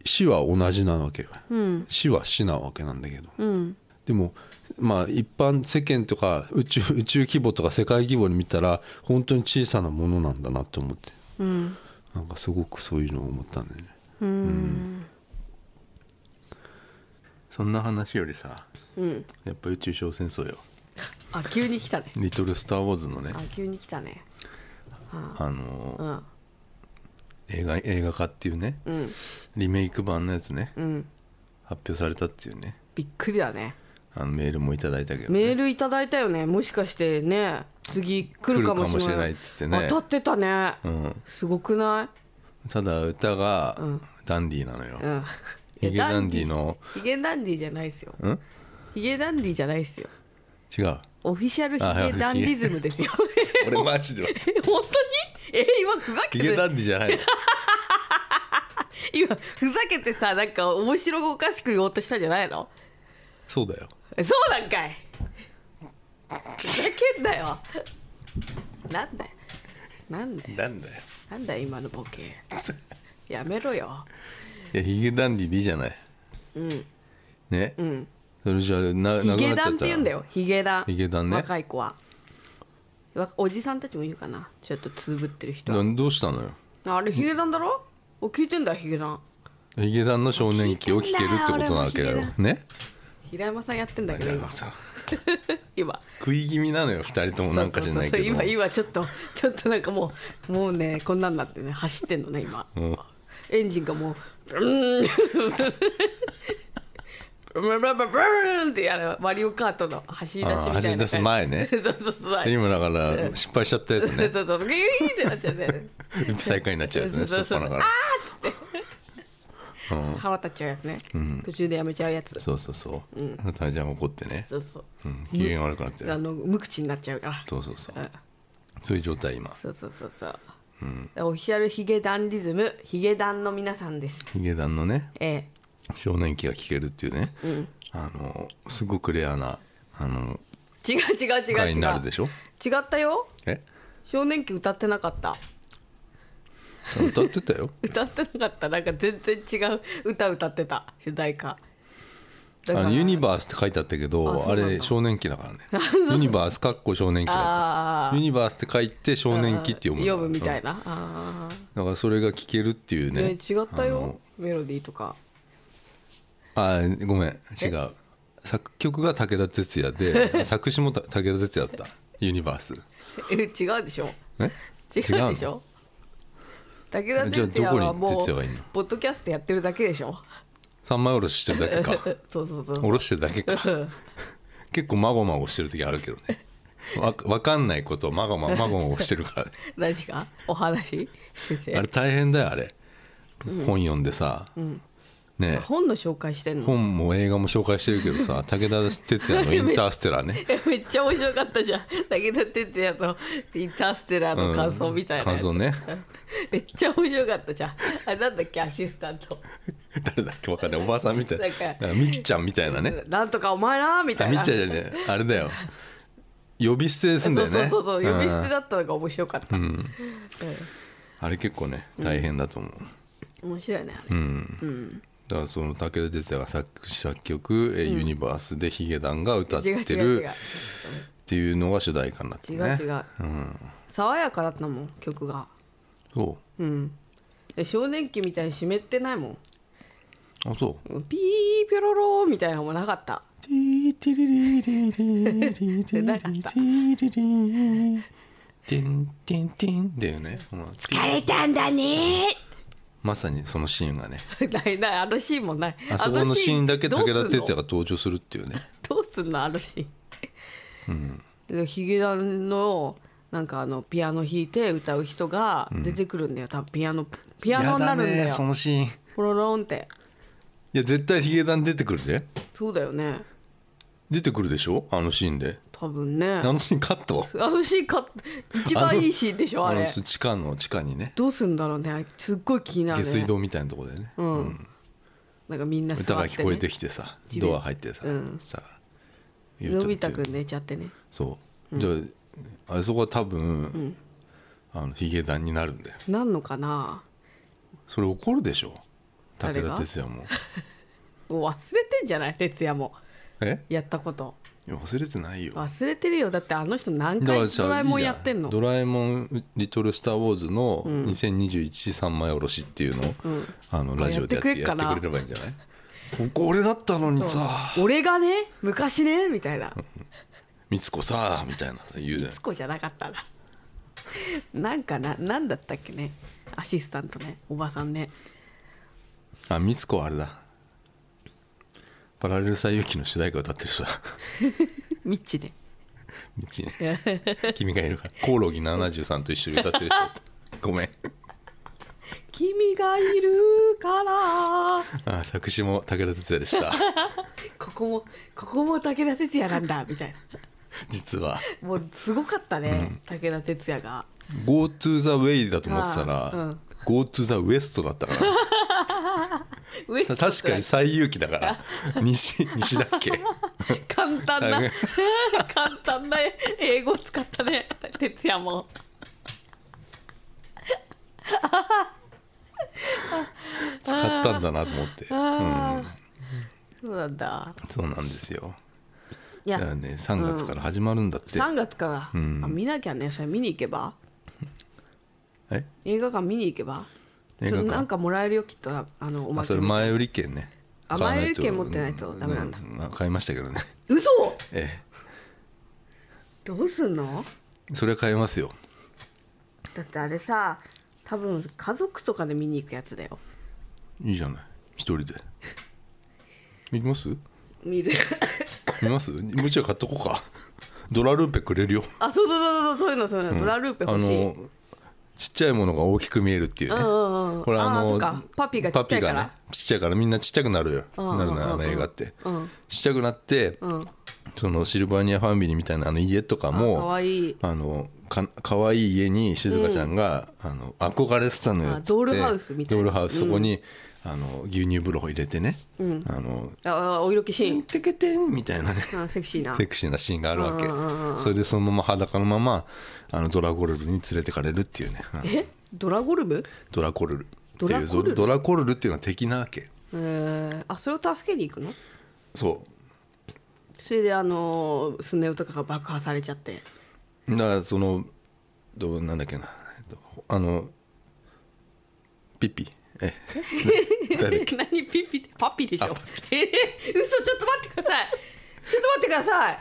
Speaker 1: 死は同じなわけよ、
Speaker 2: うん
Speaker 1: 死は死なわけなんだけど
Speaker 2: うん
Speaker 1: でもまあ一般世間とか宇宙宇宙規模とか世界規模に見たら本当に小さなものなんだなと思って
Speaker 2: うん
Speaker 1: なんかすごくそういうのを思ったんだよね
Speaker 2: うん
Speaker 1: そんな話よりさ
Speaker 2: うん
Speaker 1: やっぱ宇宙小戦争よ
Speaker 2: あ急に来たね
Speaker 1: 「リトル・スター・ウォーズ」のね
Speaker 2: あ急に来たね
Speaker 1: あの
Speaker 2: うん
Speaker 1: 映画映画化っていうね、
Speaker 2: ん
Speaker 1: リメイク版のやつね
Speaker 2: うん
Speaker 1: 発表されたっていうね
Speaker 2: びっくりだね
Speaker 1: あのメールもいただいたけど、
Speaker 2: メ
Speaker 1: ね、
Speaker 2: ールいただいたよねもしかしてね次来るかもしれない
Speaker 1: 来るかもしれないっつってね
Speaker 2: 当たってたね、
Speaker 1: うん
Speaker 2: すごくな
Speaker 1: ただ歌がダンディーなのよ、
Speaker 2: い、うん、
Speaker 1: ヒゲダンディ
Speaker 2: いや
Speaker 1: の
Speaker 2: ヒゲダンディじゃないですよ
Speaker 1: ん
Speaker 2: ヒゲダンディじゃないですよ
Speaker 1: 違う
Speaker 2: オフィシャルヒ
Speaker 1: あ
Speaker 2: ゲダンディズムですよ
Speaker 1: 俺マジでわ
Speaker 2: え 本当にえ今ふざけ
Speaker 1: ヒ
Speaker 2: て
Speaker 1: ゲダンディじゃないの
Speaker 2: 今ふざけてさなんか面白おかしく言おうとしたんじゃないの
Speaker 1: そうだよ
Speaker 2: えそうなんかいふざけんなよなんだよなんだよ
Speaker 1: なんだよ
Speaker 2: なんだよ今のボケやめろよ
Speaker 1: いやヒゲダンディでいいじゃないうんね、
Speaker 2: ん
Speaker 1: それじゃあな
Speaker 2: ヒ
Speaker 1: なくな
Speaker 2: ゲ
Speaker 1: っちゃった
Speaker 2: ダンって言うんだよヒゲダン
Speaker 1: ヒゲダンね
Speaker 2: 若い子はわおじさんたちもいるかなちょっとつぶってる人は
Speaker 1: などうしたのよ
Speaker 2: あれヒゲダンだろお聞いてんだよヒゲダン
Speaker 1: ヒゲダンの少年期を聞けるってことなわけだよ
Speaker 2: 聞いて
Speaker 1: ね
Speaker 2: 平山さんやってんだけど
Speaker 1: なん
Speaker 2: 今
Speaker 1: かさ
Speaker 2: 今
Speaker 1: 食い気味なのよ二人ともなんかじゃないけ
Speaker 2: そう
Speaker 1: ど
Speaker 2: そうそう今今ちょっと ちょっとなんかもうもうねこんなんなってね走ってんのね今、
Speaker 1: ん
Speaker 2: エンジンがもうブーンブルブルブルブルーンってあれマリオカートの走り出しみたいな感じ
Speaker 1: あー走り出す前ね
Speaker 2: そうそうそう
Speaker 1: 今だから失敗しちゃったやつね
Speaker 2: そうそうそうギューってなっちゃうね
Speaker 1: 最下位になっちゃうやつね
Speaker 2: そ
Speaker 1: そうっ
Speaker 2: そうそう
Speaker 1: ぱなから
Speaker 2: 腹立っちゃうやつね、途中でやめちゃうやつ
Speaker 1: そうそうそうあなたちゃん怒ってね
Speaker 2: そうそう
Speaker 1: うん機嫌悪くなって
Speaker 2: あの無口になっちゃうから
Speaker 1: そうそうそう
Speaker 2: うん
Speaker 1: そういう状態今
Speaker 2: そうそうそうそう、オフィシャルヒゲダンディズムヒゲダンの皆さんです
Speaker 1: ヒゲダンのね
Speaker 2: ええ
Speaker 1: 少年期が聞けるっていうねあのすごくレアなあの
Speaker 2: 違う違う違う違う
Speaker 1: 回になるでしょ
Speaker 2: 違ったよ
Speaker 1: え
Speaker 2: 少年期歌ってなかった
Speaker 1: 歌ってた よ
Speaker 2: 歌ってなかったなんか全然違う歌歌ってた主題歌
Speaker 1: あのユニバースって書いてあったけどあれ少年期だ からねユニバースかっこ少年期だったユニバースって書いて少年期って読むんだ
Speaker 2: 読むみたいな、あ
Speaker 1: うんだからそれが聞けるっていう
Speaker 2: ーね
Speaker 1: ね
Speaker 2: 違ったよメロディーとか
Speaker 1: あのあごめん違う作曲が武田鉄矢で 作詞もた武田鉄矢だったユニバース
Speaker 2: え違うでしょ
Speaker 1: え
Speaker 2: 違
Speaker 1: 違う
Speaker 2: う
Speaker 1: の
Speaker 2: でしょ武田
Speaker 1: じゃあ
Speaker 2: 鉄矢
Speaker 1: どこ
Speaker 2: は
Speaker 1: に
Speaker 2: もう
Speaker 1: 鉄矢はいいの
Speaker 2: ポッドキャストやってるだけでしょ
Speaker 1: 三枚おろししてるだけか
Speaker 2: そうそうそう
Speaker 1: おろしてるだけ か
Speaker 2: うん
Speaker 1: 結構まごまごしてる時あるけどねわわかんないことをまごままごまごしてる からね
Speaker 2: 何がお話し
Speaker 1: あ
Speaker 2: て
Speaker 1: れ
Speaker 2: て
Speaker 1: 大変だよあれ、本読んでさ、ね
Speaker 2: 本の紹介してんの
Speaker 1: 本も映画も紹介してるけどさ武田鉄矢の「インターステラーね」
Speaker 2: え めっちゃ面白かったじゃん武田鉄矢のインターステラーの 感想みたいな
Speaker 1: 感
Speaker 2: やつ、
Speaker 1: 想ね
Speaker 2: めっちゃ面白かったじゃんあれなんだっけアシスタント
Speaker 1: 誰だっけわかんないおばあさんみたいな
Speaker 2: なんか
Speaker 1: なんかみっちゃんみたいなね
Speaker 2: なんとかお前なみた
Speaker 1: あ
Speaker 2: い
Speaker 1: み
Speaker 2: な
Speaker 1: っちゃんじゃねえあれだよ呼び捨てですんだよね
Speaker 2: そうそうそう呼び捨て
Speaker 1: うん
Speaker 2: だったのが面白かった、
Speaker 1: あれ結構ね大変だと思う、
Speaker 2: うん面白いねあれ
Speaker 1: だからその武田鉄矢が作詞作曲「えユニバース」でヒゲダンが歌って
Speaker 2: 違う違う違
Speaker 1: る
Speaker 2: う
Speaker 1: っていうのが主題歌になって
Speaker 2: 違
Speaker 1: る
Speaker 2: う
Speaker 1: ね
Speaker 2: 違う、爽やかだったもん曲が
Speaker 1: そ
Speaker 2: うんで少年期みたいに湿ってないもん
Speaker 1: うあそう
Speaker 2: うんピーピョロローみたいなのもなかった
Speaker 1: ティーティリリリリリリリ
Speaker 2: なかった
Speaker 1: リリリテンテンテンだよねこの
Speaker 2: 疲れたんだね
Speaker 1: まさにそのシーンがね
Speaker 2: ないないあのシーンもない
Speaker 1: あそこのシーンだけ
Speaker 2: あの
Speaker 1: 武
Speaker 2: シー
Speaker 1: 田
Speaker 2: ンどうすんの
Speaker 1: 鉄矢が登場するっていうね
Speaker 2: どうすんのあのシーン、でヒゲダンのなんかあのピアノ弾いて歌う人が出てくるんだよ、多分ピアノピアノになるんだ
Speaker 1: や
Speaker 2: よ
Speaker 1: ねそのシーンい
Speaker 2: ポロロンって
Speaker 1: や絶対ヒゲダン出てくるで
Speaker 2: そうだよね
Speaker 1: 出てくるでしょあのシーンで
Speaker 2: 多分ね
Speaker 1: あ
Speaker 2: あ
Speaker 1: のシーンカット
Speaker 2: のシーンか一番いいシーンでしょあ
Speaker 1: あ
Speaker 2: れ
Speaker 1: の地下の地下にね
Speaker 2: どうすんだろうねすっごい気になる
Speaker 1: 下
Speaker 2: ね
Speaker 1: 水道みたいなところでね
Speaker 2: うん、なんかみんな
Speaker 1: 歌
Speaker 2: 座っ
Speaker 1: が
Speaker 2: て、
Speaker 1: 聞
Speaker 2: ね、
Speaker 1: こえてきてさ
Speaker 2: 地面
Speaker 1: ドア入ってさ
Speaker 2: うん
Speaker 1: さ
Speaker 2: のび太くん寝ちゃってね
Speaker 1: そう、じゃああそこは多分、あのヒゲダンになるんだよ
Speaker 2: なんのかな
Speaker 1: それ怒るでしょ
Speaker 2: 誰
Speaker 1: 武
Speaker 2: が
Speaker 1: 田鉄矢も
Speaker 2: もう忘れてんじゃない哲也も
Speaker 1: え
Speaker 2: やったこと
Speaker 1: いや忘れてないよ
Speaker 2: 忘れてるよだってあの人何
Speaker 1: だから
Speaker 2: 回
Speaker 1: じゃ
Speaker 2: ド
Speaker 1: あ
Speaker 2: ラえもん
Speaker 1: いい
Speaker 2: やってんの
Speaker 1: ドラえもんリトルスターウォーズの2021三枚おろしっていうのを、あのラジオでやって
Speaker 2: や
Speaker 1: やってて
Speaker 2: っくれっかな
Speaker 1: くれればいいんじゃないここ俺だったのにさ
Speaker 2: 俺がね昔ねみたいな
Speaker 1: 美津子さみたいなさ言うじゃん
Speaker 2: つこじゃなかったな なんかななんだったっけねアシスタントねおばさんね
Speaker 1: あ美津子はあれだパラレル最遊記の主題歌歌ってる人だ
Speaker 2: ミッチね
Speaker 1: 道ね 君がいるからコオロギ73と一緒に歌ってる人だったごめん
Speaker 2: 「君がいるから
Speaker 1: あ作詞も武田鉄矢で した
Speaker 2: ここもここも武田鉄矢なんだ」みたい
Speaker 1: 実は
Speaker 2: なもうすごかったね、武田鉄矢が
Speaker 1: Go to the way だと思ってたら、
Speaker 2: うん
Speaker 1: Go to the west だったから
Speaker 2: ウエスト
Speaker 1: 確かに最有機だから 西西だっけ
Speaker 2: 簡単な
Speaker 1: はい
Speaker 2: 簡単な英語使ったね哲也も
Speaker 1: 使ったんだなと思って、うん、
Speaker 2: そうなんだ
Speaker 1: そうなんですよ
Speaker 2: い
Speaker 1: だ
Speaker 2: や
Speaker 1: からね3月から始まるんだって、
Speaker 2: 3月から、あ見なきゃねそれ見に行けば
Speaker 1: え
Speaker 2: 映画館見に行けば
Speaker 1: 映画館
Speaker 2: それなんかもらえるよきっとああのおま
Speaker 1: あ
Speaker 2: け
Speaker 1: それ
Speaker 2: み
Speaker 1: 前売り券ね
Speaker 2: あ
Speaker 1: 買わないと
Speaker 2: 前売り券持ってないとダメなんだ
Speaker 1: うまあ買いましたけどね
Speaker 2: 嘘
Speaker 1: え
Speaker 2: どうすんの
Speaker 1: えそれは買いますよ
Speaker 2: だってあれさ多分家族とかで見に行くやつだよ
Speaker 1: いいじゃない一人 で行きます
Speaker 2: 見 る
Speaker 1: 見ますもう一度買っとこうかドラルーペくれるよ
Speaker 2: あそうそうそうそうそういうのそういうの、ドラルーペ
Speaker 1: あ
Speaker 2: 欲しい
Speaker 1: のちっちゃいものが大きく見えるっていうね、
Speaker 2: うんうんうん
Speaker 1: これあ
Speaker 2: あーそ
Speaker 1: の
Speaker 2: っかパピがちっちゃいから
Speaker 1: パピがねちっちゃいからみんなちっちゃくなるよ、
Speaker 2: ん
Speaker 1: なるの
Speaker 2: うん
Speaker 1: よあの映画って、
Speaker 2: うん
Speaker 1: ちっちゃくなって、
Speaker 2: ん
Speaker 1: そのシルバニアファミリーみたいなあの家とかも
Speaker 2: あかわいい
Speaker 1: あのかかわいい家に静香ちゃんが、あの憧れてたのよっつって
Speaker 2: あドールハウスみたいな
Speaker 1: ドールハウスそこに、あの牛乳風呂入れてね、あの
Speaker 2: あお色気シーン
Speaker 1: テケテンみたい なね
Speaker 2: あセクシーな
Speaker 1: セクシーなシーンがあるわけそれでそのまま裸のままあのドラゴルルに連れてかれるっていうねうん
Speaker 2: えドラゴルブ、
Speaker 1: ドラコルルっていう
Speaker 2: ドラコルル
Speaker 1: ドラコルルっていうのは敵なわけ
Speaker 2: えー、あそれを助けに行くの
Speaker 1: そう
Speaker 2: それであのースネ夫とかが爆破されちゃって
Speaker 1: だからそのどうなんだっけなえっとあのピッピ え誰
Speaker 2: 何ピッピってパッピでしょえー、嘘ちょっと待ってくださいちょっと待ってください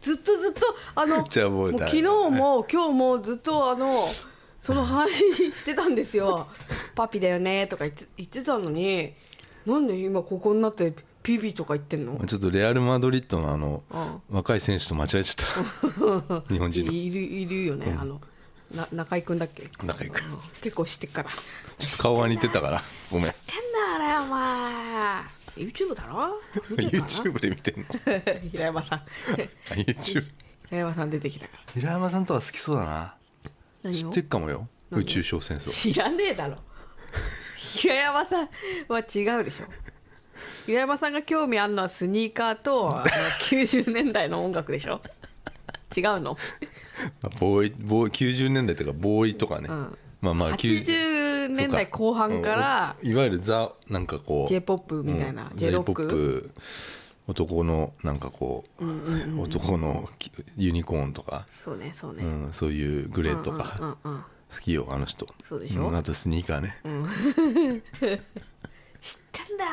Speaker 2: ずっとずっとあの
Speaker 1: じゃあもう
Speaker 2: 昨
Speaker 1: だ
Speaker 2: 日も今日もずっとあのその話してたんですよパピだよねとか言って言ってたのになんで今ここになってピピとか言ってんの
Speaker 1: ちょっとレアル・マドリッドのあの若い選手と間違えちゃ った日本人の
Speaker 2: いるいるよね、あのな中居君だっけ
Speaker 1: 中居君
Speaker 2: 結構知ってっから
Speaker 1: 顔は似てたからごめん
Speaker 2: 「てんだあれお前 YouTube だろ見てるか
Speaker 1: YouTube で見てんの
Speaker 2: な 平山さん
Speaker 1: あ YouTube
Speaker 2: 平山さん出てきたから
Speaker 1: 平山さんとは好きそうだな
Speaker 2: 何
Speaker 1: 知ってっかもよ宇宙小戦争
Speaker 2: 知らねえだろ平山さんは違うでしょ平山さんが興味あるのはスニーカーとあの90年代の音楽でしょ違うの
Speaker 1: ボーイボーイ90年代とかボーイとかね、
Speaker 2: ん
Speaker 1: まあまあ
Speaker 2: 80年代後半から
Speaker 1: うんいわゆるザなんかこう
Speaker 2: J-POP みたいな J-ROCK
Speaker 1: J-POP 男のなんかこう,、男のきユニコーンとか、
Speaker 2: そうねそう
Speaker 1: う
Speaker 2: ね、
Speaker 1: ん、そういうグレーとか、
Speaker 2: うんうん
Speaker 1: 好きよあの人
Speaker 2: そうでしょ
Speaker 1: んあとスニーカーね、
Speaker 2: 知ってんだよ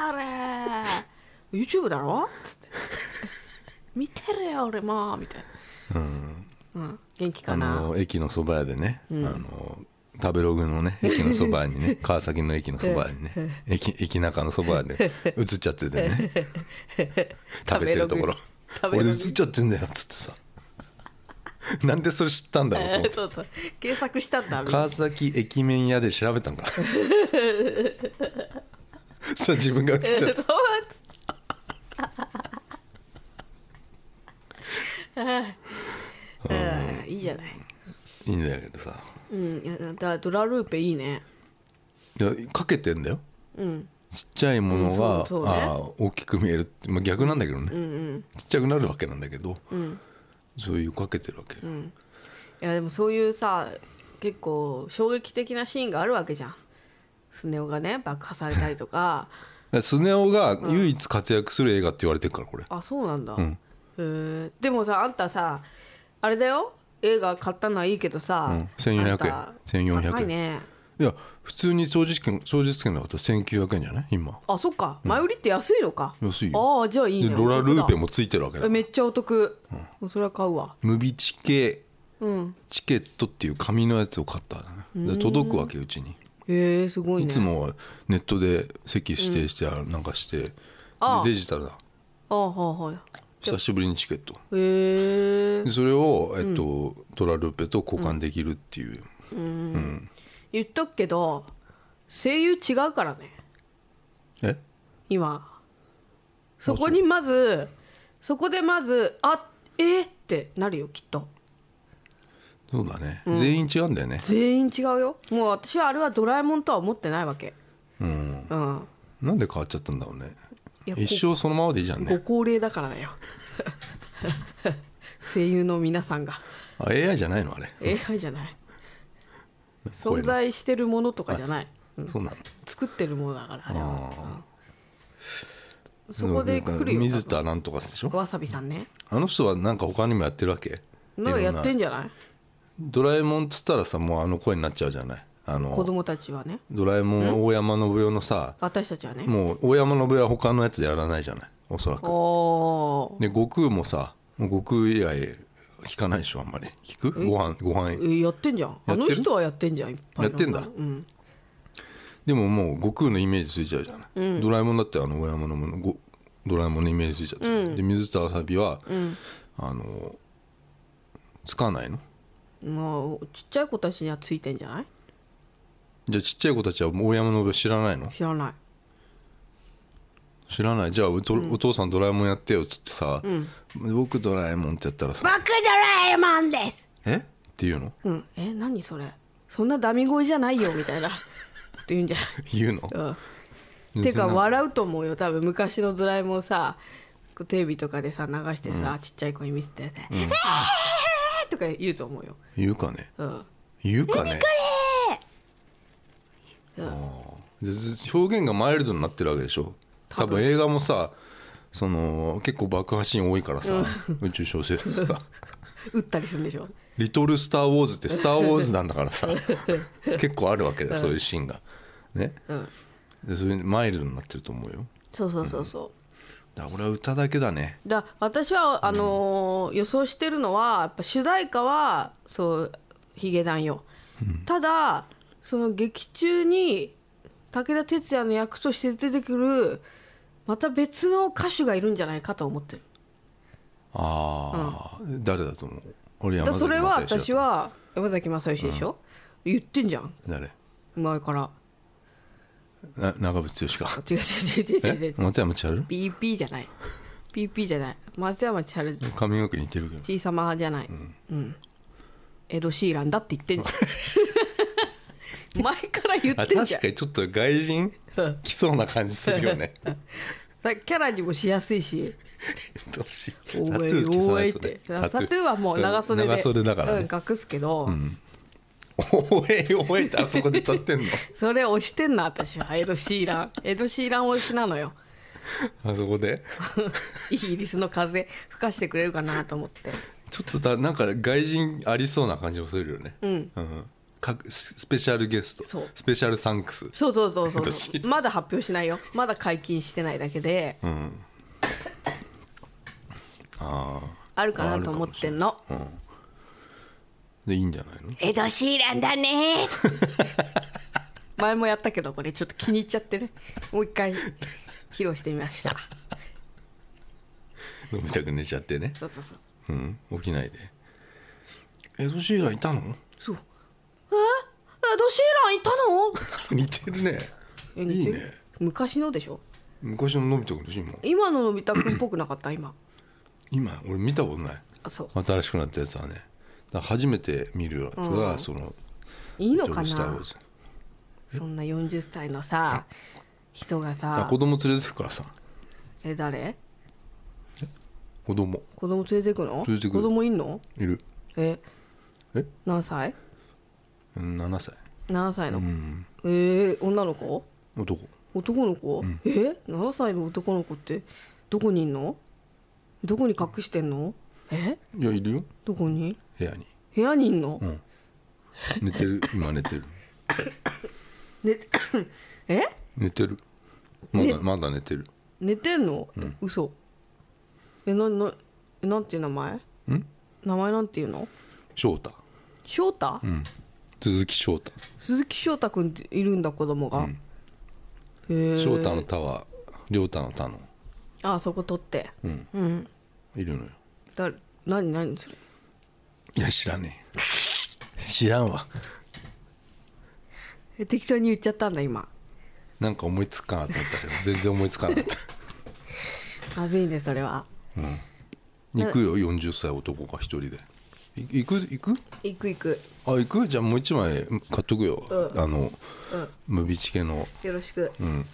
Speaker 2: 俺 YouTube だろつって見てるよ俺もみたいなうん、元気か
Speaker 1: あ
Speaker 2: な
Speaker 1: の駅のそば屋でね、あの食べログ のね駅のそばにね川崎の駅のそばにね駅駅中のそば屋 で映っちゃっててね食べてるところ
Speaker 2: 食べ
Speaker 1: 俺
Speaker 2: ログ食べログ
Speaker 1: 映っちゃってんだよっつってさなんでそれ知ったんだろうと思って
Speaker 2: そうそう検索したんだみんな
Speaker 1: 川崎駅麺屋で調べ たんかそしたら自分が映っちゃった
Speaker 2: うんいいじゃない。
Speaker 1: いいんだけどさ
Speaker 2: うん、いやだからドラルーペいいね。
Speaker 1: いやかけてんだよ
Speaker 2: うん、
Speaker 1: ちっちゃいもの
Speaker 2: う
Speaker 1: が
Speaker 2: ん、そうそうね
Speaker 1: あー大きく見えるって、まあ、逆なんだけどね、ちっちゃくなるわけなんだけど、そういうかけてるわけ、
Speaker 2: いやでもそういうさ、結構衝撃的なシーンがあるわけじゃん。スネ夫がね爆破されたり とか、
Speaker 1: スネ夫が唯一活躍する映画って言われてるからこれ、
Speaker 2: あそうなんだ。
Speaker 1: ん
Speaker 2: へーでもさあんたさあれだよ。映画買ったのはいいけどさ、
Speaker 1: うん1400円
Speaker 2: あんた
Speaker 1: 1400円
Speaker 2: 高いね。
Speaker 1: いや普通に掃除券掃除券の方1900円じゃない今
Speaker 2: あそっか前売りって安いのか。
Speaker 1: 安いよ
Speaker 2: ああじゃあいいね。
Speaker 1: でロラルーペ
Speaker 2: 本
Speaker 1: もついてるわけだ
Speaker 2: 当だ。えめっちゃお得。もうそれは買うわ。
Speaker 1: ムビチケ
Speaker 2: うん。
Speaker 1: チケットっていう紙のやつを買ったのねで届くわけうちに
Speaker 2: へえすごい
Speaker 1: い
Speaker 2: ね。
Speaker 1: つもはネットで席指定してあなんかしてで
Speaker 2: ああ
Speaker 1: デジタルだ
Speaker 2: ああはいはい。
Speaker 1: 久しぶりにチケット
Speaker 2: へえ
Speaker 1: でそれを、えっと、トラルーペと交換できるっていう、
Speaker 2: 言っとくけど声優違うからね
Speaker 1: え
Speaker 2: 今そこにまずそこでまずあえーってなるよきっと
Speaker 1: そうだね、全員違うんだよね
Speaker 2: 全員違うよもう私はあれはドラえもんとは思ってないわけ
Speaker 1: うん
Speaker 2: うん
Speaker 1: なんで変わっちゃったんだろうね
Speaker 2: いやこ
Speaker 1: 一生そのままでいいじゃん
Speaker 2: ご
Speaker 1: ね
Speaker 2: 高齢だからだよ 声優の皆さんが
Speaker 1: あ AI じゃないのあれ
Speaker 2: AI じ ゃない
Speaker 1: 声
Speaker 2: 存
Speaker 1: の
Speaker 2: 在してるものとかじゃない
Speaker 1: そうなの
Speaker 2: 作ってるものだからあれは
Speaker 1: あ
Speaker 2: うんそこで来るよ
Speaker 1: 水田なんとかでしょ
Speaker 2: わさびさんね
Speaker 1: あの人はなんか他にもやってるわけ
Speaker 2: なんかやってん
Speaker 1: いろ
Speaker 2: じゃない
Speaker 1: ドラえもんっつったらさもうあの声になっちゃうじゃないあの
Speaker 2: 子供たちはね
Speaker 1: ドラえもん大山信代のさ
Speaker 2: 私たちはね
Speaker 1: もう大山信代は他のやつでやらないじゃないおそらく
Speaker 2: お
Speaker 1: で悟空もさもう悟空以外聞かないでしょあんまり聞くご飯ご飯
Speaker 2: ーえやってんじゃん
Speaker 1: や
Speaker 2: あ
Speaker 1: ってる
Speaker 2: の人はやってんじゃんいっぱい
Speaker 1: やってんだ
Speaker 2: うん、
Speaker 1: でももう悟空のイメージついちゃうじゃない、ドラえもんだってあの大山信代のごドラえもんのイメージついちゃってる、で水田あさびは、あのつかないの
Speaker 2: もうちっちゃい子たちにはついてんじゃない
Speaker 1: じゃあちっちゃい子たちは大山信代知らないの
Speaker 2: 知らない
Speaker 1: 知らないじゃあおとお父さんドラえもんやってよっつってさ、僕ドラえもんってやったらさ
Speaker 2: 僕ドラえもんです
Speaker 1: えって言うの
Speaker 2: うんえ何それそんなダミ声じゃないよみたいなって言うんじゃない
Speaker 1: 言うの
Speaker 2: うんていうか
Speaker 1: なん
Speaker 2: 笑うと思うよ多分昔のドラえもんさこうテレビとかでさ流してさ、ちっちゃい子に見せてて「えー!」とか言うと思うよ、
Speaker 1: 言うかね
Speaker 2: うん、
Speaker 1: 言うかね
Speaker 2: う
Speaker 1: あ
Speaker 2: ん
Speaker 1: ーでず表現がマイルドになってるわけでしょ多分映画もさその結構爆破シーン多いからさ、宇宙小説さ
Speaker 2: 打ったりするんでしょ
Speaker 1: 「 リトル・スター・ウォーズ」って「スター・ウォーズ」なんだからさ結構あるわけだよそういうシーンがね、
Speaker 2: ん
Speaker 1: でそれにマイルドになってると思うよ
Speaker 2: そうそうそうそう、
Speaker 1: だから俺は歌だけだね
Speaker 2: だ私はあのー予想してるのはやっぱ主題歌はそうヒゲダンよ、ただその劇中に武田鉄矢の役として出てくるまた別の歌手がいるんじゃないかと思ってる
Speaker 1: ああ、誰だと思う俺
Speaker 2: だ
Speaker 1: 山
Speaker 2: そ
Speaker 1: 崎
Speaker 2: れは
Speaker 1: 正義だと
Speaker 2: 私は山崎正義でしょ、言ってんじゃん
Speaker 1: 誰
Speaker 2: 前から
Speaker 1: な長渕剛 か
Speaker 2: 違う違う違う違う違う違
Speaker 1: え
Speaker 2: う
Speaker 1: 松山千春
Speaker 2: PP じゃない PP じゃない松山千春
Speaker 1: 髪の毛似てるけど
Speaker 2: 小さまじゃない、うんエド・シーランだって言ってんじゃん 前から言
Speaker 1: あ
Speaker 2: ってんじ
Speaker 1: 確
Speaker 2: ゃん
Speaker 1: かにちょっと外人
Speaker 2: うん
Speaker 1: 来そうな感じするよ ね
Speaker 2: だキャラにもしやすいし
Speaker 1: どうしよ
Speaker 2: 「お
Speaker 1: うタト
Speaker 2: え
Speaker 1: ゥー消さ
Speaker 2: お
Speaker 1: な
Speaker 2: え」
Speaker 1: い
Speaker 2: っ
Speaker 1: と
Speaker 2: て
Speaker 1: ね
Speaker 2: サトゥーはもう長袖で
Speaker 1: 長袖だから
Speaker 2: う
Speaker 1: ね
Speaker 2: ん、隠すけど、
Speaker 1: おえおえってあそこで立ってんの
Speaker 2: それ押してんな私はエド・シーランエド・シーラン推しなのよ
Speaker 1: あそこで
Speaker 2: イギリスの風吹かしてくれるかなと思って
Speaker 1: ちょっとだなんか外人ありそうな感じもするよねうん、かススペシャルゲスト
Speaker 2: そう
Speaker 1: スペシャルサンクス
Speaker 2: そうそうそうそ
Speaker 1: エ
Speaker 2: う
Speaker 1: ドシーラン
Speaker 2: まだ発表しないよまだ解禁してないだけで、
Speaker 1: うんあ
Speaker 2: あるかなと思ってんの
Speaker 1: あうんでいいんじゃないの
Speaker 3: エド・シーランだね
Speaker 2: 前もやったけどこれちょっと気に入っちゃってねもう一回披露してみました
Speaker 1: 飲みたく寝ちゃってね
Speaker 2: そうそうそう
Speaker 1: うん起きないでエド・シーランいたの
Speaker 2: そうえエド・シーランいた
Speaker 1: 似てるね
Speaker 2: のえ
Speaker 1: いいね
Speaker 2: 昔のでしょ
Speaker 1: 昔ののび太くんでしょ今
Speaker 2: 今ののび太くんっぽくなかった今
Speaker 1: 今俺見たことない
Speaker 2: あそう
Speaker 1: 新しくなったやつはねだから初めて見るやつが、その
Speaker 2: いいのか
Speaker 1: ドルスターウォ
Speaker 2: な
Speaker 1: ーズ
Speaker 2: そんな40歳のさ人が
Speaker 1: だから
Speaker 2: さ
Speaker 1: 子供連れてくからさ
Speaker 2: え誰
Speaker 1: 子供
Speaker 2: 子供連れてくの
Speaker 1: 連れてく
Speaker 2: 子
Speaker 1: る
Speaker 2: 供いんの
Speaker 1: いる
Speaker 2: え
Speaker 1: え
Speaker 2: 何歳
Speaker 1: うん7歳
Speaker 2: 7歳の
Speaker 1: う
Speaker 2: 子
Speaker 1: ん
Speaker 2: えー女の子
Speaker 1: 男
Speaker 2: 男の子、え7歳の男の子ってどこにいんのどこに隠してんのえ
Speaker 1: いやいるよ
Speaker 2: どこに
Speaker 1: 部屋に
Speaker 2: 部屋にいんの、
Speaker 1: うん寝て る今寝てる
Speaker 2: ね え
Speaker 1: 寝てるま
Speaker 2: ね
Speaker 1: だまだ寝てる
Speaker 2: 寝てんの、嘘えななえなんていう名前
Speaker 1: ん
Speaker 2: 名前なんていうの
Speaker 1: 翔太
Speaker 2: 翔太、
Speaker 1: うん鈴木翔太
Speaker 2: 鈴木翔太くんっているんだ子供が、
Speaker 1: ん
Speaker 2: へえ
Speaker 1: 翔太の太は亮太の太の
Speaker 2: あそこ取って
Speaker 1: うん
Speaker 2: うん
Speaker 1: いるのよ
Speaker 2: だ何何それ
Speaker 1: いや知らね え知らんわ
Speaker 2: え適当に言っちゃったんだ今
Speaker 1: なんか思いつくかなと思ったけど全然思いつかなかった
Speaker 2: まずいねそれは
Speaker 1: 行くよ40歳男が一人でい行く行く
Speaker 2: 行く行く
Speaker 1: あ行くじゃあもう一枚買っとくよ、あの、ムビチケの
Speaker 2: よろしくうん、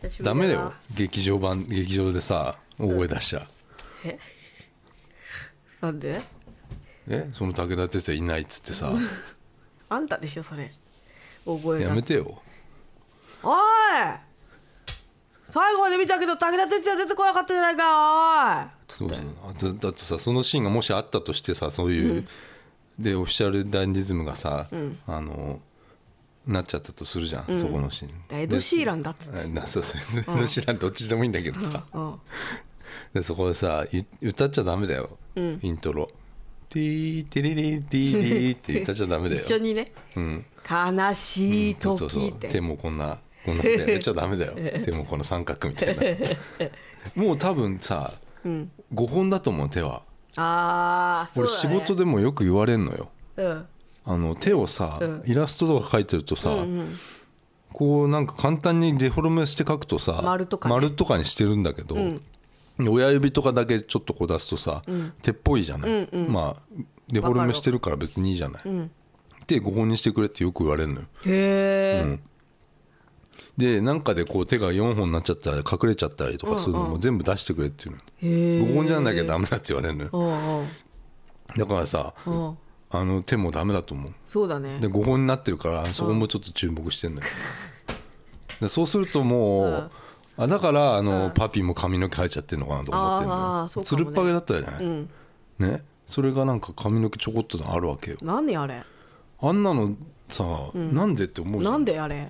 Speaker 2: 久しぶりな
Speaker 1: ダメだよ劇場版劇場でさ大声出しちゃ、
Speaker 2: えなんで
Speaker 1: えその武田鉄矢いないっつってさ
Speaker 2: あんたでしょそれ大声出す
Speaker 1: やめて よ
Speaker 2: おい最後まで見たけど武田鉄矢出てこなかったじゃないか
Speaker 1: そうそうあだだってさそのシーンがもしあったとしてさそういう、でオフィシャルダンディズムがさ、あのなっちゃったとするじゃん、そこのシーン
Speaker 2: おいエド・シーランだっつって
Speaker 1: えなそうそうエド・シーランどっちでもいいんだけどさ、
Speaker 2: うん
Speaker 1: でそこでさい歌っちゃダメだよ、イントロ「ティーティリリティーリー」って歌っちゃダメだよ
Speaker 2: 一緒にね
Speaker 1: うん、
Speaker 2: 悲しい
Speaker 1: そうそうそ
Speaker 2: 時
Speaker 1: う
Speaker 2: って、
Speaker 1: 手もこんなこんなことやっちゃダメだよ手もこの三角みたいなさもう多分さ、5本だと思う手は
Speaker 2: ああそう
Speaker 1: 俺
Speaker 2: だ、ね、
Speaker 1: 仕事でもよく言われんのよ
Speaker 2: うん
Speaker 1: あの手をさ、イラストとか描いてるとさ、こうなんか簡単にデフォルメして描くとさ
Speaker 2: 丸とかね
Speaker 1: にしてるんだけど、親指とかだけちょっとこう出すとさ、手っぽいじゃない、まあデフォルメしてるから別にいいじゃない、手5本にしてくれってよく言われるのよ
Speaker 2: へえ、
Speaker 1: でなんかでこう手が4本になっちゃったら隠れちゃったりとかするのも全部出してくれっていうの、五本じゃなきゃダメだって言われるのよ
Speaker 2: うんうん
Speaker 1: だからさ
Speaker 2: うん
Speaker 1: あの手もダメだと思う
Speaker 2: そうだね
Speaker 1: で5本になってるからそこもちょっと注目してんのよでそうするともう、あだからあの、パピーも髪の毛生えちゃってるのかなと思ってんの
Speaker 2: あ
Speaker 1: よ
Speaker 2: ーそうか
Speaker 1: つ
Speaker 2: もね
Speaker 1: るっぱげだったじゃない、ねそれがなんか髪の毛ちょこっとあるわけよ
Speaker 2: 何あれ
Speaker 1: あんなのさ、なんでって思うじゃん
Speaker 2: なんであれ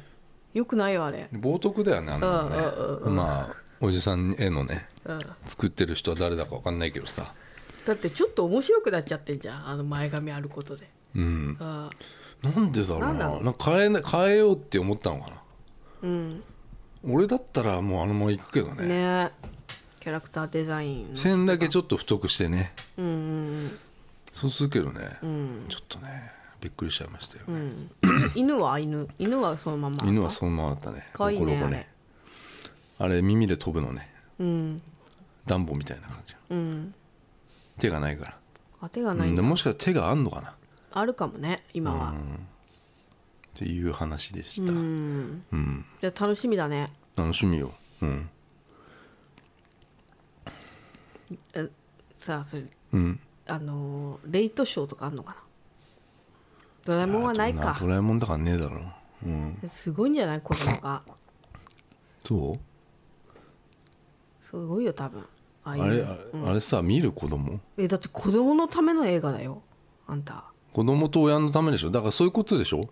Speaker 2: よくないよあれ
Speaker 1: 冒涜だよねあんなのね、まあおじさんへのね、作ってる人は誰だか分かんないけどさ
Speaker 2: だってちょっと面白くなっちゃってんじゃんあの前髪あることで
Speaker 1: うん
Speaker 2: あ
Speaker 1: なんでだろうな
Speaker 2: なんだろう
Speaker 1: なんか変えな変えようって思ったのかな
Speaker 2: うん
Speaker 1: 俺だったらもうあのまま行くけどね
Speaker 2: ねキャラクターデザインの
Speaker 1: 線だけちょっと太くしてね
Speaker 2: うんうん
Speaker 1: そうするけどね、
Speaker 2: ん
Speaker 1: ちょっとねびっくりしちゃいましたよ、
Speaker 2: うん犬は犬犬はそのまま
Speaker 1: 犬はそのままだったね
Speaker 2: かわいいね
Speaker 1: ロコロコあれ耳で飛ぶのね
Speaker 2: うん
Speaker 1: 暖房みたいな感じ
Speaker 2: うん
Speaker 1: 手がないから
Speaker 2: あ手がない
Speaker 1: うん
Speaker 2: ん
Speaker 1: で
Speaker 2: だ
Speaker 1: もしかしたら手があんのかなっ
Speaker 2: あるかもね今は
Speaker 1: ていう話でした、
Speaker 2: うん
Speaker 1: うん
Speaker 2: じゃあ楽しみだね
Speaker 1: 楽しみようん
Speaker 2: えさあそれ
Speaker 1: うん
Speaker 2: あのーレイトショーとかあんのかなドラえもんはない
Speaker 1: あ
Speaker 2: か
Speaker 1: ドラえもんだからねえだろうん
Speaker 2: すごいんじゃない子供が
Speaker 1: そう
Speaker 2: すごいよ多分ああ
Speaker 1: あ
Speaker 2: いう
Speaker 1: れあれ,、あれさ見る子供
Speaker 2: えだって子供のための映画だよあんた
Speaker 1: 子供と親のためでしょだからそういうことでしょ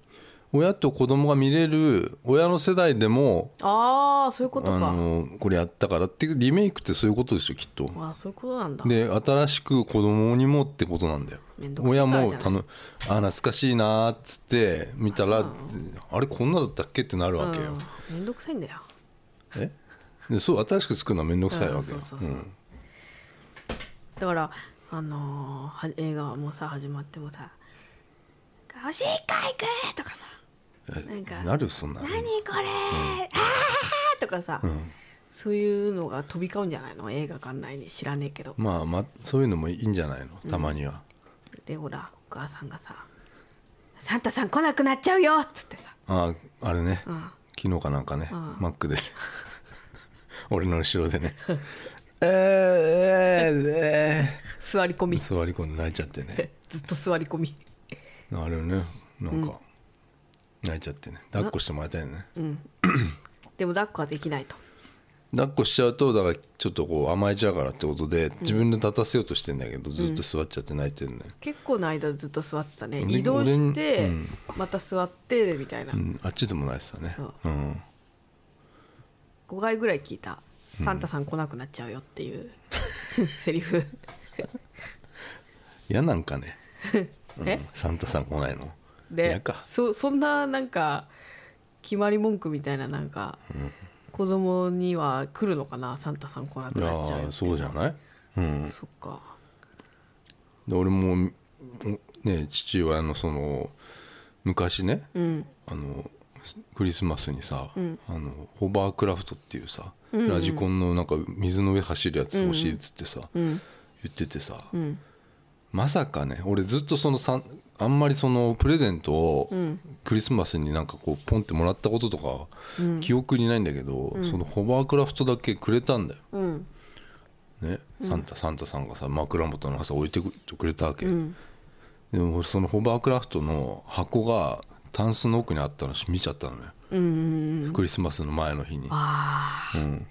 Speaker 1: 親と子供が見れる親の世代でも
Speaker 2: ああそういう
Speaker 1: あ
Speaker 2: ことかあ
Speaker 1: のこれやったからっていうリメイクってそういうことでしょきっと
Speaker 2: あそういうことなんだ
Speaker 1: で新しく子供にもってことなんだよ
Speaker 2: めんどくさい
Speaker 1: 親
Speaker 2: から
Speaker 1: も
Speaker 2: じゃない
Speaker 1: たのあ懐かしいなーっつって見たら、あれこんなだったっけってなるわけよ、
Speaker 2: うん、めんどくさいんだよ
Speaker 1: えでそう新しく作るのは面倒くさいわけよ
Speaker 2: うんそうそうそうだからあのーは映画はもうさ始まってもさ「おしっこ行く!」とかさ
Speaker 1: うんえ
Speaker 2: なんか
Speaker 1: なるよそんな
Speaker 2: 「何これあーとかさ、そういうのが飛び交うんじゃないの映画館内に知らねえけど
Speaker 1: まあ、まそういうのもいいんじゃないのたまには、
Speaker 2: でほらお母さんがさ「サンタさん来なくなっちゃうよ」っつってさ
Speaker 1: あああれね、昨日かなんかね、マック で俺の後ろでね「えー、えー、え
Speaker 2: 座り込
Speaker 1: ー
Speaker 2: み
Speaker 1: 座り込んで泣いちゃって ね
Speaker 2: ずっと座り込み
Speaker 1: あれねなんか泣いちゃってね抱っこしてもらいたいね、
Speaker 2: でも抱っこはできないと
Speaker 1: 抱っこしちゃうとだからちょっとこう甘えちゃうからってことで自分で立たせようとしてんだけど、ずっと座っちゃって泣いてるね、
Speaker 2: 結構の間ずっと座ってたね
Speaker 1: 俺
Speaker 2: 移動して、
Speaker 1: 俺うん
Speaker 2: また座ってみたいな、
Speaker 1: うんあっちでも泣いてたね
Speaker 2: そう
Speaker 1: うん
Speaker 2: 5回ぐらい聞いた「サンタさん来なくなっちゃうよ」っ ていう、セリフ
Speaker 1: 嫌なんかね、
Speaker 2: え
Speaker 1: サンタさん来ないの嫌
Speaker 2: で
Speaker 1: か
Speaker 2: そそんななんか決まり文句みたいななんか、子供には来るのかなサンタさん来なく
Speaker 1: いや
Speaker 2: なっちゃうよってい
Speaker 1: ーそうじゃない、うん、
Speaker 2: そっか
Speaker 1: で俺もおね父親のその昔ね、
Speaker 2: うん
Speaker 1: あのクリスマスにさ、あのホバークラフトっていうさ、ラジコンのなんか水の上走るやつ欲しいっつってさ、
Speaker 2: ん
Speaker 1: 言っててさ、
Speaker 2: ん
Speaker 1: まさかね俺ずっとそのさんあんまりそのプレゼントをクリスマスになんかこうポンってもらったこととか記憶にないんだけど、そのホバークラフトだけくれたんだよ、
Speaker 2: うん
Speaker 1: ね、サンタサンタさんがさ枕元の朝置いてくれたわけ、でも俺そのホバークラフトの箱がタンスの奥にあったの見ちゃったのよ、
Speaker 2: うんうんうん
Speaker 1: クリスマスの前の日に、
Speaker 2: ああ
Speaker 1: うん、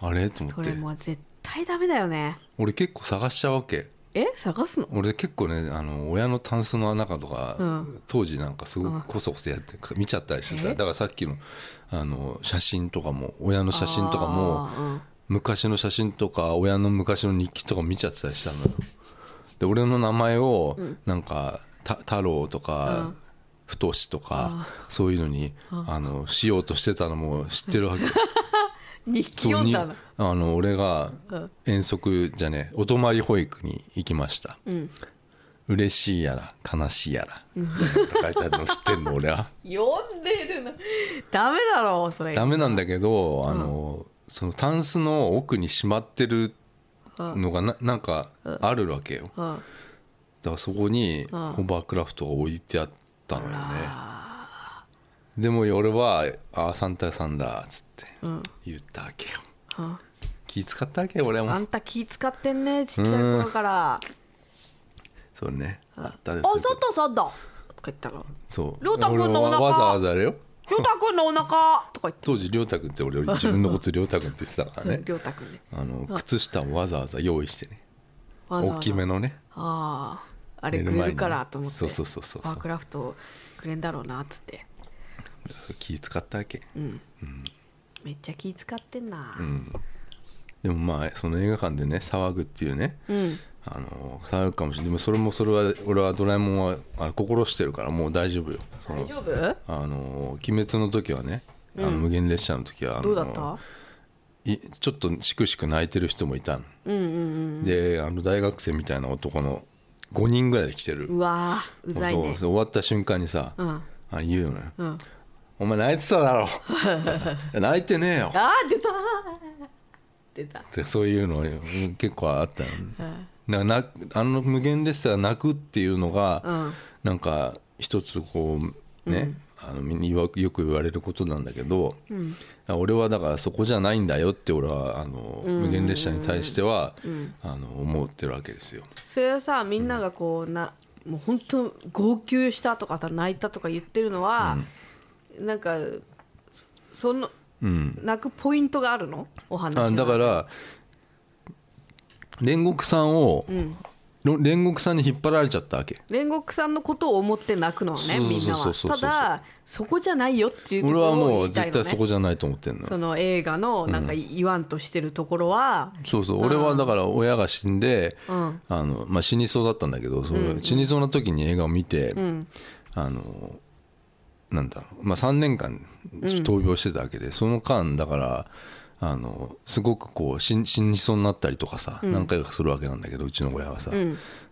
Speaker 1: あれと思
Speaker 2: そ
Speaker 1: っ
Speaker 2: れ
Speaker 1: て
Speaker 2: もう絶対ダメだよね
Speaker 1: 俺結構探しちゃうわけ
Speaker 2: え探すの
Speaker 1: 俺結構ねあの親のタンスの中とか、
Speaker 2: うん
Speaker 1: 当時なんかすごくこそこそやって見ちゃったりしてた
Speaker 2: え
Speaker 1: だからさっきのあの写真とかも親の写真とかも
Speaker 2: あーうん
Speaker 1: 昔の写真とか親の昔の日記とか見ちゃってたりしたのよで俺の名前をなんか、た太郎とか、太しとかそういうのにあのしようとしてたのも知ってるわけ
Speaker 2: 日記
Speaker 1: そう
Speaker 2: 読ん
Speaker 1: に
Speaker 2: だ
Speaker 1: あ
Speaker 2: の
Speaker 1: の俺が
Speaker 2: うん
Speaker 1: 遠足じゃねえお泊まり保育に行きました、
Speaker 2: ん
Speaker 1: 嬉しいやら悲しいやら書いてあるの知ってんの俺は
Speaker 2: 読んでるのダメだろうそれ
Speaker 1: ダメなんだけど、あのそのタンスの奥にしまってるのがななんかあるわけよ
Speaker 2: うんあ
Speaker 1: だからそこにホバークラフトが置いてあったのよねでも俺は「ああ3対3だ」っつって言ったわけよ、気使ったわけよ俺も
Speaker 2: あんた気使ってんねちっちゃい頃から「
Speaker 1: そうねあったです
Speaker 2: お外さんだ」とか言ったら
Speaker 1: そう
Speaker 2: 亮太君の
Speaker 1: 俺は
Speaker 2: お腹
Speaker 1: わざわざあれよ
Speaker 2: 「亮太くんのお腹とか言って
Speaker 1: 当時亮太君って俺自分のこと亮太君って言ってたからね
Speaker 2: うん亮太くんね
Speaker 1: あの靴下をわざわざ用意してね
Speaker 2: わざわざ
Speaker 1: 大きめのね
Speaker 2: あああ
Speaker 1: 寝る
Speaker 2: れく
Speaker 1: 前に
Speaker 2: れるからと思って
Speaker 1: そうそうそうそう
Speaker 2: ワークラフトくれんだろうなっつって
Speaker 1: 気使ったわけ、
Speaker 2: めっちゃ気使ってんな、
Speaker 1: でもまあその映画館でね騒ぐっていうね、あの騒ぐかもしれないでもそれもそれは俺は「ドラえもんは」あの心してるからもう大丈夫よその
Speaker 2: 大丈夫
Speaker 1: あの「鬼滅」の時はねあの無限列車の時はあの
Speaker 2: どうだった
Speaker 1: いちょっとしくしく泣いてる人もいたの、であの大学生みたいな男の5人ぐらいで来てる
Speaker 2: うわーうざい
Speaker 1: もう
Speaker 2: ね
Speaker 1: 終わった瞬間にさ、
Speaker 2: ん
Speaker 1: あ言うよね、お前泣いてただろ」 いや泣いてねえよ」
Speaker 2: あー出たー出た
Speaker 1: ってそういうのうん結構あったよ、ねななあの無限列車は泣くっていうのが、なんか一つこうね、あのみんな言わよく言われることなんだけど、俺はだからそこじゃないんだよって俺はあの無限列車に対しては、あの思ってるわけですよ。
Speaker 2: それはさみんながこうなもう本当号泣したとかさ泣いたとか言ってるのは、なんかその
Speaker 1: うん、
Speaker 2: 泣くポイントがあるのお話
Speaker 1: あ
Speaker 2: の
Speaker 1: だから煉獄さんを、ろ煉獄さんに引っ張られちゃったわけ。
Speaker 2: 煉獄さんのことを思って泣くのはね
Speaker 1: そうそう
Speaker 2: みんな
Speaker 1: そう
Speaker 2: は
Speaker 1: そうそう
Speaker 2: ただそこじゃないよっていうとこ
Speaker 1: 俺は
Speaker 2: ろを
Speaker 1: も
Speaker 2: 言
Speaker 1: う
Speaker 2: い
Speaker 1: 絶
Speaker 2: たいの、ね、
Speaker 1: 対そこじゃないと思ってんの
Speaker 2: その映画のなんか言わんとしてるところは、
Speaker 1: そうそう俺はだから親が死んで、
Speaker 2: ん
Speaker 1: あのまあ、死にそうだったんだけど、そう死にそうな時に映画を見て、あのなんだろう、まあ、3年間闘病してたわけで、その間だからあのすごくこう死死にそうになったりとかさ、何回かするわけなんだけどうちの親はさ、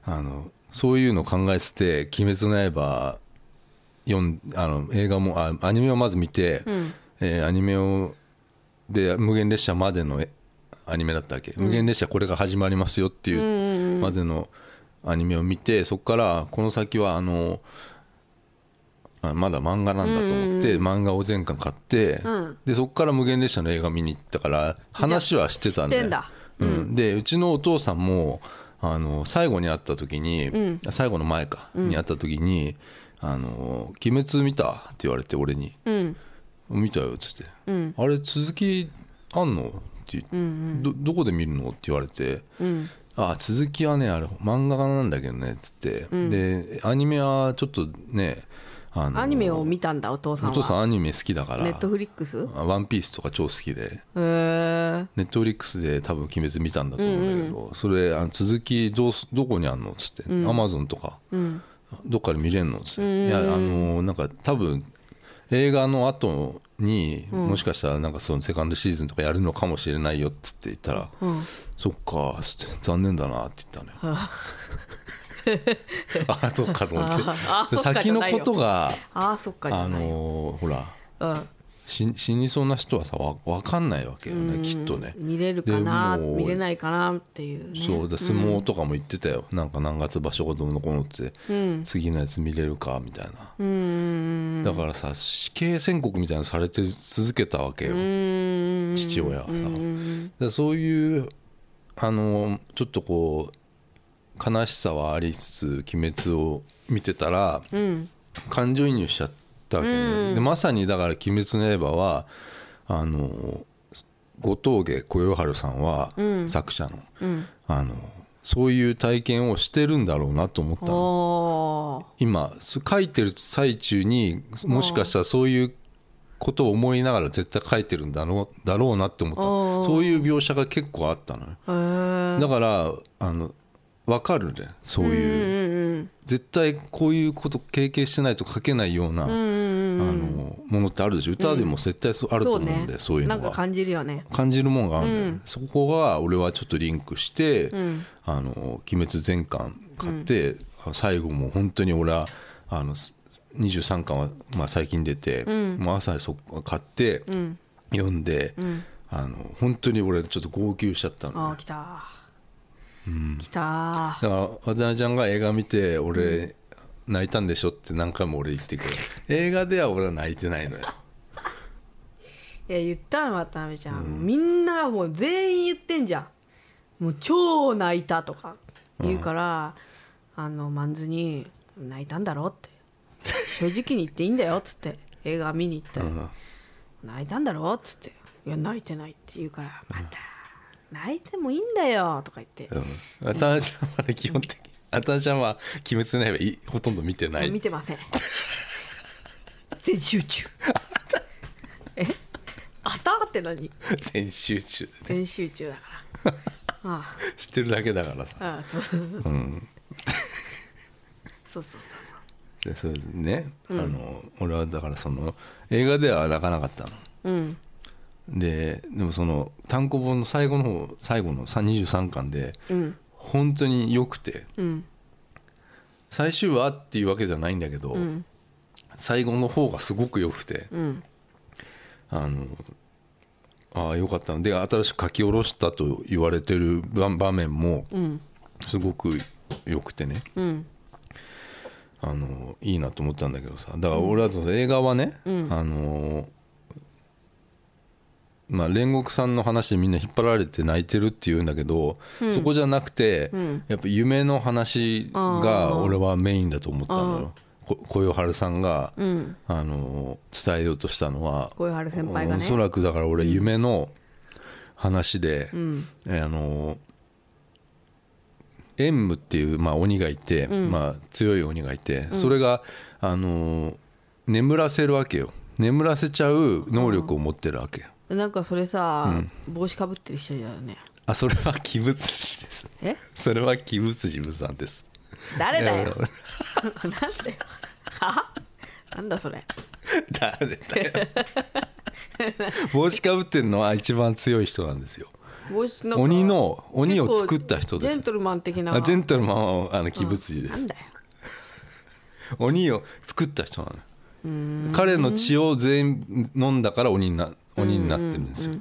Speaker 1: あのそういうのを考えてて「鬼滅の刃」読んあの映画もあアニメをまず見て、えーアニメをで無限列車までのえアニメだったわけ、無限列車これが始まりますよっていうまでのアニメを見てそこからこの先はあのあまだ漫画なんだと思って、漫画を全巻買って、でそこから無限列車の映画見に行ったから話はしてたんだよ
Speaker 2: 知ってんだ
Speaker 1: うん、でうちのお父さんもあの最後に会った時に、最後の前か、に会った時に「あの鬼滅見た?」って言われて俺に
Speaker 2: うん
Speaker 1: 「見たよ」っつって「あれ続きあんの?」って言って、どどこで見るの?」って言われて「あ続きはねあれ漫画なんだけどね」っつって、でアニメはちょっとねあの
Speaker 2: アニメを見たんだお父さん
Speaker 1: お
Speaker 2: は
Speaker 1: 父さんアニメ好きだから
Speaker 2: ネットフリックスへ
Speaker 1: あワンピースとか超好きで
Speaker 2: えー、
Speaker 1: ネットフリックスで多分「鬼滅」見たんだと思うんだけど、それあの続きどうすどこにあんのっつって、アマゾンとか、どっかで見れんのっつって、いやあのなんか多分映画の後に、もしかしたらなんかそのセカンドシーズンとかやるのかもしれないよっつって言ったら「そっか」つって「残念だな」って言った のよ。 あそっかと思って
Speaker 2: あ
Speaker 1: で
Speaker 2: そっかじ
Speaker 1: 先
Speaker 2: ゃ
Speaker 1: の
Speaker 2: ないよ
Speaker 1: ことが
Speaker 2: ああそっかじ
Speaker 1: あ
Speaker 2: ゃない
Speaker 1: のほら死死にそうな人はさわ分かんないわけよねきっとね
Speaker 2: うん、見れるかな
Speaker 1: でもう
Speaker 2: 見れないかなっていう、ね、
Speaker 1: そうだ相撲とかも言ってたよ、なんか何月場所がどうのこうのって、次のやつ見れるかみたいな、だからさ死刑宣告みたいなのされて続けたわけよ、父親はさ、だそういうあのちょっとこう悲しさはありつつ鬼滅を見てたら、感情移入しちゃったわけね、でまさにだから「鬼滅の刃は」あの後藤家小夜春さんは、作者の,、あのそういう体験をしてるんだろうなと思ったの
Speaker 2: おー
Speaker 1: 今す書いてる最中にもしかしたらそういうことを思いながら絶対書いてるんだろうだろうなって思ったのそういう描写が結構あったのよ
Speaker 2: へー
Speaker 1: だからあの分かるねそういう。
Speaker 2: うんうん
Speaker 1: 絶対こういうこと経験してないと書けないような、あのものってあるでしょ歌でも絶対そうあると
Speaker 2: そ
Speaker 1: 思う
Speaker 2: うん
Speaker 1: で、
Speaker 2: ね
Speaker 1: そういう
Speaker 2: な
Speaker 1: の
Speaker 2: んか
Speaker 1: が
Speaker 2: 感じるよね
Speaker 1: 感じるもんがあるんだよね、そこが俺はちょっとリンクして「あの鬼滅」全巻買って、最後も本当に俺はあのす23巻は、まあ、最近出て、もう朝そこ買って、読んで、あの本当に俺ちょっと号泣しちゃったのね、
Speaker 2: ああ来た、来た
Speaker 1: だから渡辺ちゃんが映画見て俺、泣いたんでしょって何回も俺言 ってくる映画では俺は泣いてないのよ
Speaker 2: いや言ったの渡辺ちゃん、みんなもう全員言ってんじゃんもう超泣いたとか言うから、あのマンズに「泣いたんだろ?」って「正直に言っていいんだよ」っつって映画見に行って
Speaker 1: ん
Speaker 2: 「泣いたんだろ?」っつって「いや泣いてない」って言うから「また泣いてもいいんだよ」とか言って
Speaker 1: うん渡辺ちゃんはね基本的に渡辺ちゃんは「鬼滅の刃い」ほとんど見てな
Speaker 2: 「見
Speaker 1: い
Speaker 2: てません」全集中えあたって何
Speaker 1: 全集中
Speaker 2: 全集中だからああ
Speaker 1: 知ってるだけだからさ
Speaker 2: ああそうそうそうそう、そうそうそうそう
Speaker 1: でそれでね、あの俺はだからその映画では泣かなかったの
Speaker 2: うん
Speaker 1: ででもその単行本の最後の方最後の3 23巻で、
Speaker 2: うん
Speaker 1: 本当に良くて
Speaker 2: うん
Speaker 1: 最終話っていうわけじゃないんだけど、
Speaker 2: ん
Speaker 1: 最後の方がすごく良くて
Speaker 2: うん
Speaker 1: あのああよかったので新しく書き下ろしたと言われてる場場面も
Speaker 2: うん
Speaker 1: すごく良くてね
Speaker 2: うん
Speaker 1: あのいいなと思ったんだけどさだから俺はその映画はね、あのまあ、煉獄さんの話でみんな引っ張られて泣いてるっていうんだけど、そこじゃなくて、やっぱ夢の話が俺はメインだと思ったのよ。こ小夜春さんが、
Speaker 2: ん
Speaker 1: あの伝えようとしたのは
Speaker 2: 小夜春先輩がね
Speaker 1: おそらくだから俺夢の話で、えあの縁武っていう、まあ、鬼がいて、まあ、強い鬼がいて、それがあのー眠らせるわけよ眠らせちゃう能力を持ってるわけよ、
Speaker 2: なんかそれさ、帽子かぶってる人だよね
Speaker 1: あそれは鬼物師です
Speaker 2: え
Speaker 1: それは鬼物師武さんです
Speaker 2: 誰だ
Speaker 1: い
Speaker 2: よ
Speaker 1: や
Speaker 2: なんだよはなんだそれ
Speaker 1: 誰 だよ帽子かぶってるのは一番強い人なんですよ
Speaker 2: 帽子なんか
Speaker 1: 鬼の鬼を作った人で
Speaker 2: ジェン
Speaker 1: す
Speaker 2: トルマン的な
Speaker 1: あジェントルマンはあの鬼物師で
Speaker 2: な
Speaker 1: す
Speaker 2: んだよ
Speaker 1: 鬼を作った人なのよ彼の血を全員飲んだから鬼にな鬼になってるんですよ、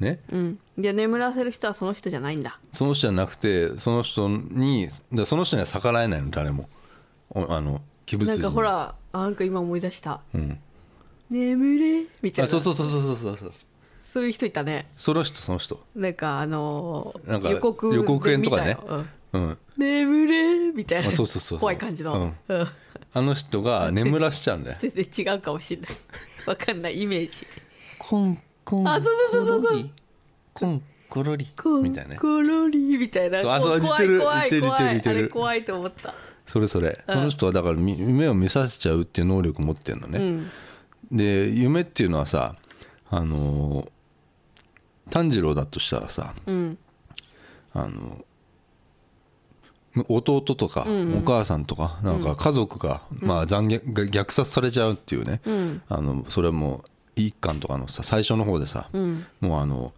Speaker 1: ね、
Speaker 2: うんじゃあ眠らせる人はその人じゃないんだ
Speaker 1: その人じゃなくてその人にだからその人には逆らえないの誰もおあの鬼物
Speaker 2: な
Speaker 1: 人
Speaker 2: ん
Speaker 1: に
Speaker 2: かほらあなんか今思い出した
Speaker 1: うん、
Speaker 2: 眠れみたい
Speaker 1: あ
Speaker 2: な
Speaker 1: そうそうそうそうそうそうそう
Speaker 2: そういう人いたね
Speaker 1: その人その人
Speaker 2: なんかあのー
Speaker 1: なんか
Speaker 2: 予告
Speaker 1: 予告編とか
Speaker 2: で見
Speaker 1: ね
Speaker 2: たようん
Speaker 1: うん
Speaker 2: 眠れみたいな
Speaker 1: あそうそうそうそう
Speaker 2: 怖い感じの、うん
Speaker 1: あの人が眠らしちゃうんだよ
Speaker 2: 全然違うかもしれない わかんないイメージ
Speaker 1: コンコン
Speaker 2: あそうそうそうそう
Speaker 1: コロリコンコロリみたいなね
Speaker 2: コロリみたいな
Speaker 1: そうあそう
Speaker 2: こ怖
Speaker 1: 似
Speaker 2: い
Speaker 1: てる
Speaker 2: 怖い
Speaker 1: 似てる似てる
Speaker 2: 怖い
Speaker 1: 似てる
Speaker 2: あれ怖いと思った
Speaker 1: それそれ、その人はだからみ夢を見させちゃうっていう能力を持ってるのね、で夢っていうのはさあのー炭治郎だとしたらさ
Speaker 2: うん
Speaker 1: あのー弟とかお母さんとかなんか家族がまあ残虐虐殺されちゃうっていうね、あのそれはもう一巻とかのさ最初の方でさ、もうあの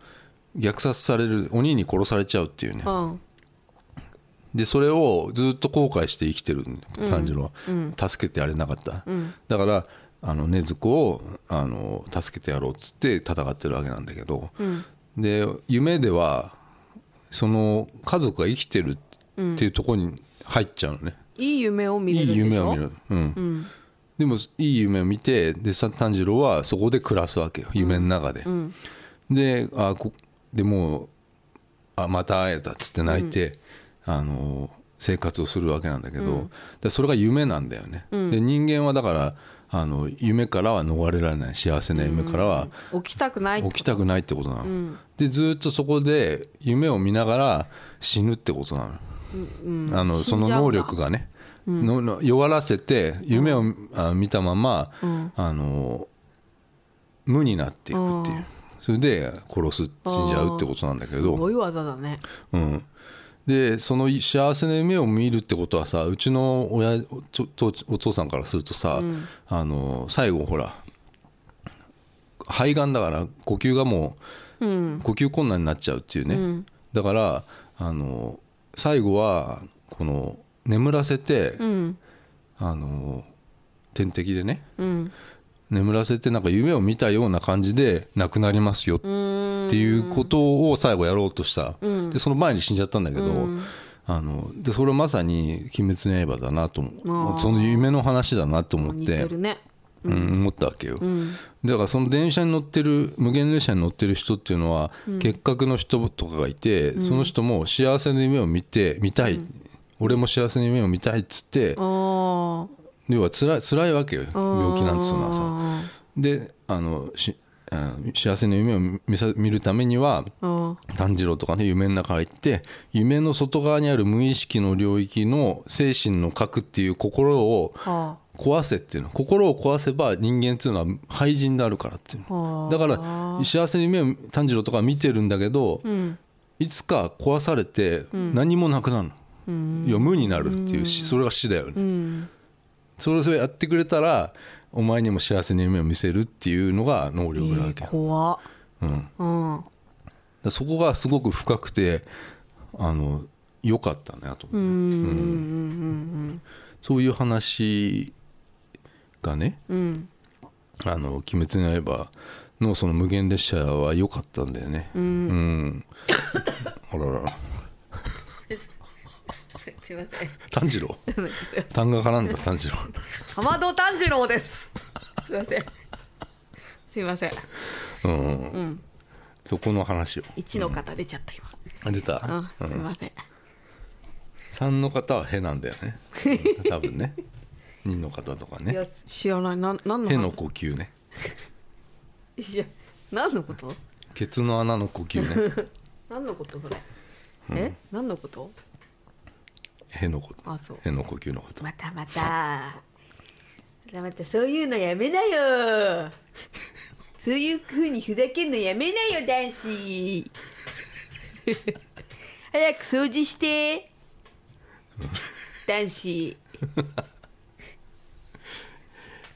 Speaker 1: 虐殺される鬼に殺されちゃうっていうね
Speaker 2: うん
Speaker 1: でそれをずっと後悔して生きてる炭治郎は、助けてやれなかった、だからあの禰豆子をあの助けてやろうっつって戦ってるわけなんだけど、で夢ではその家族が生きてるっていうところに入っちゃうのね、
Speaker 2: いい夢を見れる
Speaker 1: い
Speaker 2: で
Speaker 1: い
Speaker 2: しょ
Speaker 1: 夢を見る、うんでもいい夢を見てでさ炭治郎はそこで暮らすわけよ夢の中で、であこでもうあまた会えたっつって泣いて、あの生活をするわけなんだけど、でそれが夢なんだよね、で人間はだからあの夢からは逃れられない幸せな夢からは
Speaker 2: 起きたくないって
Speaker 1: 起きたくないってことなの、でずっとそこで夢を見ながら死ぬってことなの,、あの
Speaker 2: 死んじ
Speaker 1: そ
Speaker 2: ゃうん
Speaker 1: の
Speaker 2: だ
Speaker 1: 能力がね、のの弱らせて夢を、あ見たまま、あの無になっていくっていう、それで殺す死んじゃうってことなんだけ
Speaker 2: す
Speaker 1: ど
Speaker 2: ごい技だね
Speaker 1: うん、でその幸せな夢を見るってことはさうちの親ちょとお父さんからするとさ、あの最後ほら肺がんだから呼吸がもう、呼吸困難になっちゃうっていうね、だからあの最後はこの眠らせて、
Speaker 2: うん
Speaker 1: あの点滴でね
Speaker 2: うん
Speaker 1: 眠らせてなんか夢を見たような感じで亡くなりますよっ
Speaker 2: うーん
Speaker 1: っていうことを最後やろうとした、でその前に死んじゃったんだけど、あのでそれまさに「鬼滅の刃」だなと思うその夢の話だなと思っ
Speaker 2: 似て
Speaker 1: て
Speaker 2: るね
Speaker 1: うん、思ったわけよ、だからその電車に乗ってる無限列車に乗ってる人っていうのは、結核の人とかがいて、その人も幸せな夢を見て見たい、俺も幸せな夢を見たいっつって
Speaker 2: あ
Speaker 1: 要は辛い辛いわけよ病気なんつうのはさ
Speaker 2: あ
Speaker 1: であのしあ幸せな夢を見さ見るためには
Speaker 2: あ
Speaker 1: 炭治郎とかね夢の中入って夢の外側にある無意識の領域の精神の核っていう心を
Speaker 2: あ
Speaker 1: 壊せっていうの心を壊せば人間っていうのは廃人になるからっていうのだから幸せに夢を炭治郎とか見てるんだけど、いつか壊されて何もなくなるの、いや無になるっていうし、それが死だよね、それをそれやってくれたらお前にも幸せに夢を見せるっていうのが能力なわけ、
Speaker 2: 怖っ
Speaker 1: うん
Speaker 2: うん
Speaker 1: だそこがすごく深くてあの良かったねと思って、そういう話がね「あの鬼滅の刃」のその無限列車は良かったんだよねうん、あらら
Speaker 2: すいません
Speaker 1: 炭治郎炭が絡んだ炭治郎
Speaker 2: 浜戸炭治郎ですすいませんすいません
Speaker 1: うん、そこの話を
Speaker 2: 一の方出ちゃった今
Speaker 1: あ出た、
Speaker 2: うん、すいません
Speaker 1: 3の方は「へ」なんだよ ねうん多分ね2の方とか
Speaker 2: いや
Speaker 1: ね
Speaker 2: 知らないなん
Speaker 1: 「
Speaker 2: 何の
Speaker 1: へ」の呼吸ね
Speaker 2: いや何のこと
Speaker 1: ケツの穴の呼吸 ね
Speaker 2: 何のことそれ、え何のこと
Speaker 1: へのこと
Speaker 2: あそう
Speaker 1: への呼吸のこと
Speaker 2: またまたまたまたそういうのやめなよ そういうふうにふざけんのやめなよ男子 早く掃 除して男子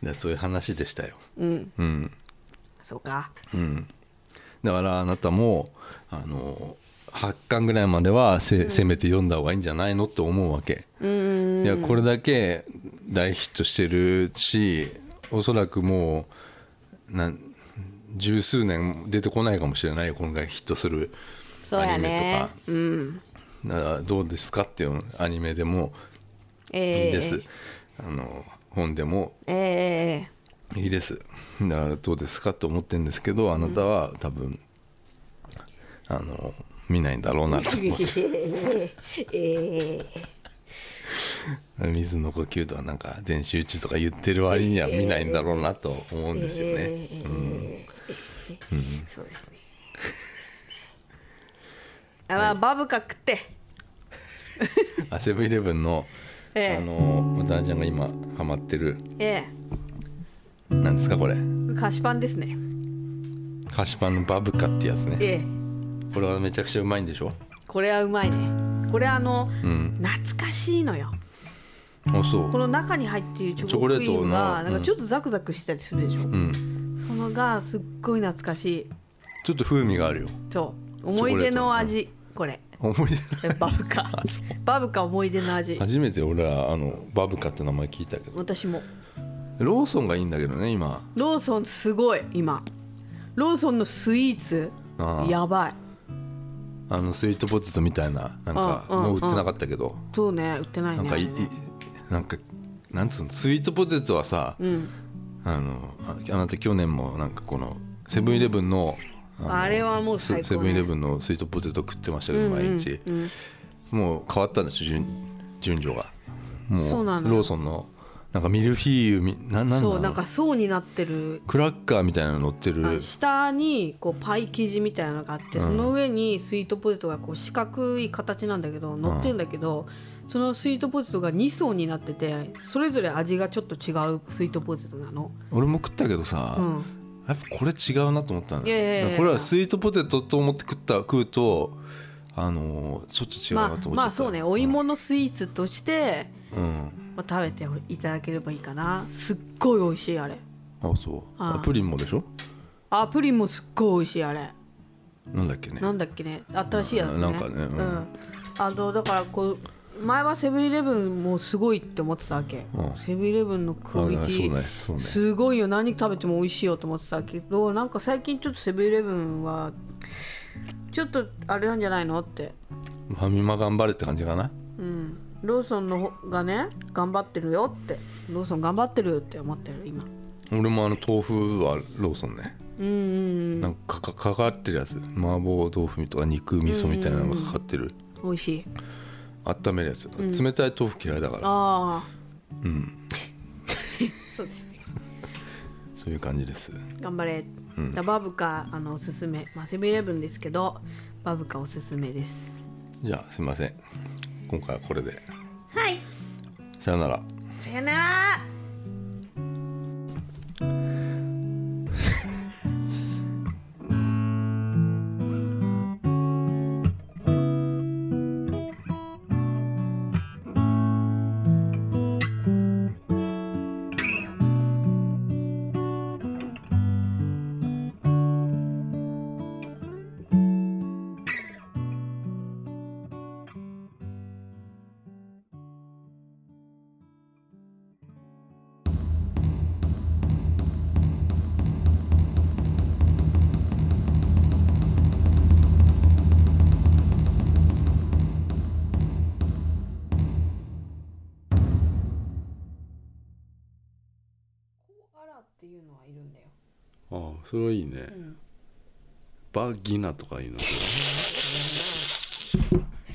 Speaker 1: でそういう話でしたよ
Speaker 2: そうか
Speaker 1: だからあなたもあの8巻ぐらいまではせ,、せめて読んだ方がいいんじゃないのって思うわけいやこれだけ大ヒットしてるしおそらくもうなん十数年出てこないかもしれないよ今回ヒットする
Speaker 2: そう
Speaker 1: ア
Speaker 2: や
Speaker 1: ニ
Speaker 2: ね
Speaker 1: メとか、だからどうですかっていうアニメでもいい
Speaker 2: え
Speaker 1: で
Speaker 2: え
Speaker 1: す、あの本でも
Speaker 2: ええ
Speaker 1: いいですだからどうですかと思ってるんですけどあなたは多分、あの見ないんだろうなと思って水の呼吸とはなんか全集中とか言ってる割には見ないんだろうなと思うんですよね、
Speaker 2: そうですねあ、まあ、バブカ食って
Speaker 1: あセブンイレブンの、
Speaker 2: ええ
Speaker 1: あのおたちゃんが今ハマってる
Speaker 2: え
Speaker 1: なんですかこれ
Speaker 2: え菓子パンですね
Speaker 1: 菓子パンのバブカってやつね
Speaker 2: ええ
Speaker 1: これはめちゃくちゃうまいんでしょ
Speaker 2: これはうまいねこれあの、
Speaker 1: ん
Speaker 2: 懐かしいのよ
Speaker 1: あそう
Speaker 2: この中に入っている
Speaker 1: チ
Speaker 2: チ
Speaker 1: ョ
Speaker 2: ョ
Speaker 1: コ
Speaker 2: コ
Speaker 1: レ
Speaker 2: ク
Speaker 1: ー
Speaker 2: リ
Speaker 1: ト
Speaker 2: ー
Speaker 1: の
Speaker 2: ムがなん
Speaker 1: う
Speaker 2: か
Speaker 1: ん
Speaker 2: ちょっとザクザクしてたりするでしょ、
Speaker 1: うん
Speaker 2: そのがすっごい懐かしい
Speaker 1: ちょっと風味があるよ
Speaker 2: そう思い出の味これ
Speaker 1: 思い出
Speaker 2: バブ カバブカ思い出の味
Speaker 1: 初めて俺はあのバブカって名前聞いたけど
Speaker 2: 私も
Speaker 1: ローソンがいいんだけどね今
Speaker 2: ローソンすごい今ローソンのスイーツ
Speaker 1: ああ
Speaker 2: やばい
Speaker 1: あのスイートポテトみたいななんか
Speaker 2: うんうん
Speaker 1: もう売ってなかったけど
Speaker 2: そうね売ってない
Speaker 1: な
Speaker 2: ね
Speaker 1: んかいいなんかなんつうのスイートポテトはさ
Speaker 2: うん、
Speaker 1: あのああなた去年もなんかこのセブンイレブンのの
Speaker 2: あれはもう最高ね
Speaker 1: セセブンイレブンのスイートポテト食ってましたけど毎日もう変わったんですよ順順序がも
Speaker 2: そううなの
Speaker 1: ローソンのなんかミルフィーユみななん
Speaker 2: そう
Speaker 1: な
Speaker 2: な
Speaker 1: の
Speaker 2: んか層になってる
Speaker 1: クラッカーみたいなの乗ってる
Speaker 2: 下にこうパイ生地みたいなのがあって、その上にスイートポテトがこう四角い形なんだけど乗ってるんだけど、そのスイートポテトが2層になっててそれぞれ味がちょっと違うスイートポテトなの
Speaker 1: 俺も食ったけどさ、
Speaker 2: ん
Speaker 1: やっぱこれ違うなと思ったんだ
Speaker 2: いやいやいやいや
Speaker 1: これはスイートポテトと思って食った食うとあのーちょっと違
Speaker 2: ま
Speaker 1: うなと
Speaker 2: あ
Speaker 1: 思っち
Speaker 2: ま
Speaker 1: ゃ
Speaker 2: あ
Speaker 1: った、
Speaker 2: そうねお芋のスイーツとして、
Speaker 1: うん
Speaker 2: まあ、食べていただければいいかなすっごい美味しいあれ
Speaker 1: あそうあ
Speaker 2: あ
Speaker 1: プリンもでしょ
Speaker 2: あプリンもすっごい美味しいあれ
Speaker 1: なんだっけね
Speaker 2: なんだっけね新しいやつね
Speaker 1: ななんかねう
Speaker 2: うんんあのだからこう前はセブンイレブンもすごいって思ってたわけ、
Speaker 1: うん
Speaker 2: セブンイレブンのクオリテ
Speaker 1: あそうねそう
Speaker 2: ィ
Speaker 1: ね
Speaker 2: すごいよ何食べても美味しいよと思ってたけどなんか最近ちょっとセブンイレブンはちょっとあれなんじゃないのって
Speaker 1: ファミマ頑張れって感じかな
Speaker 2: うん、ローソンの方がね頑張ってるよってローソン頑張ってるって思ってる今
Speaker 1: 俺もあの豆腐はローソンね
Speaker 2: うんうんうん
Speaker 1: なんかかかかってるやつ麻婆豆腐とか肉味噌みたいなのがかかってる
Speaker 2: 美味しい
Speaker 1: 温めるやつ冷たい豆腐嫌いだから
Speaker 2: あ
Speaker 1: うんそういう感じです
Speaker 2: あ頑張れ、だバブカあのおすすめまあセブンイレブンですけどバブカおすすめです
Speaker 1: じゃあすいません今回はこれで
Speaker 2: はい
Speaker 1: さよなら
Speaker 2: さよならコアラっていうのはいるんだよ
Speaker 1: ああそれはいいね、バギナとかいうの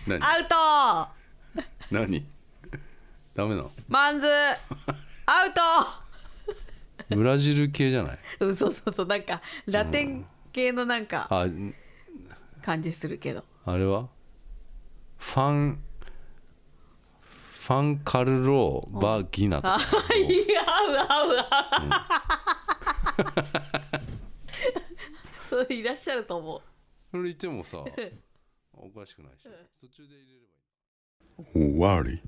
Speaker 1: 何
Speaker 2: アウト
Speaker 1: 何 ダメなの
Speaker 2: マンズアウ
Speaker 1: ブラジル系じゃない
Speaker 2: トうんそうそうそうなんかラテン系のなんか
Speaker 1: あ
Speaker 2: 感じするけど
Speaker 1: あれはファンファンカルローバギナとか
Speaker 2: いや合う合う合う、 そういらっしゃると思う
Speaker 1: それ言ってもさおかしくないでしょ途中で入れればいい終わり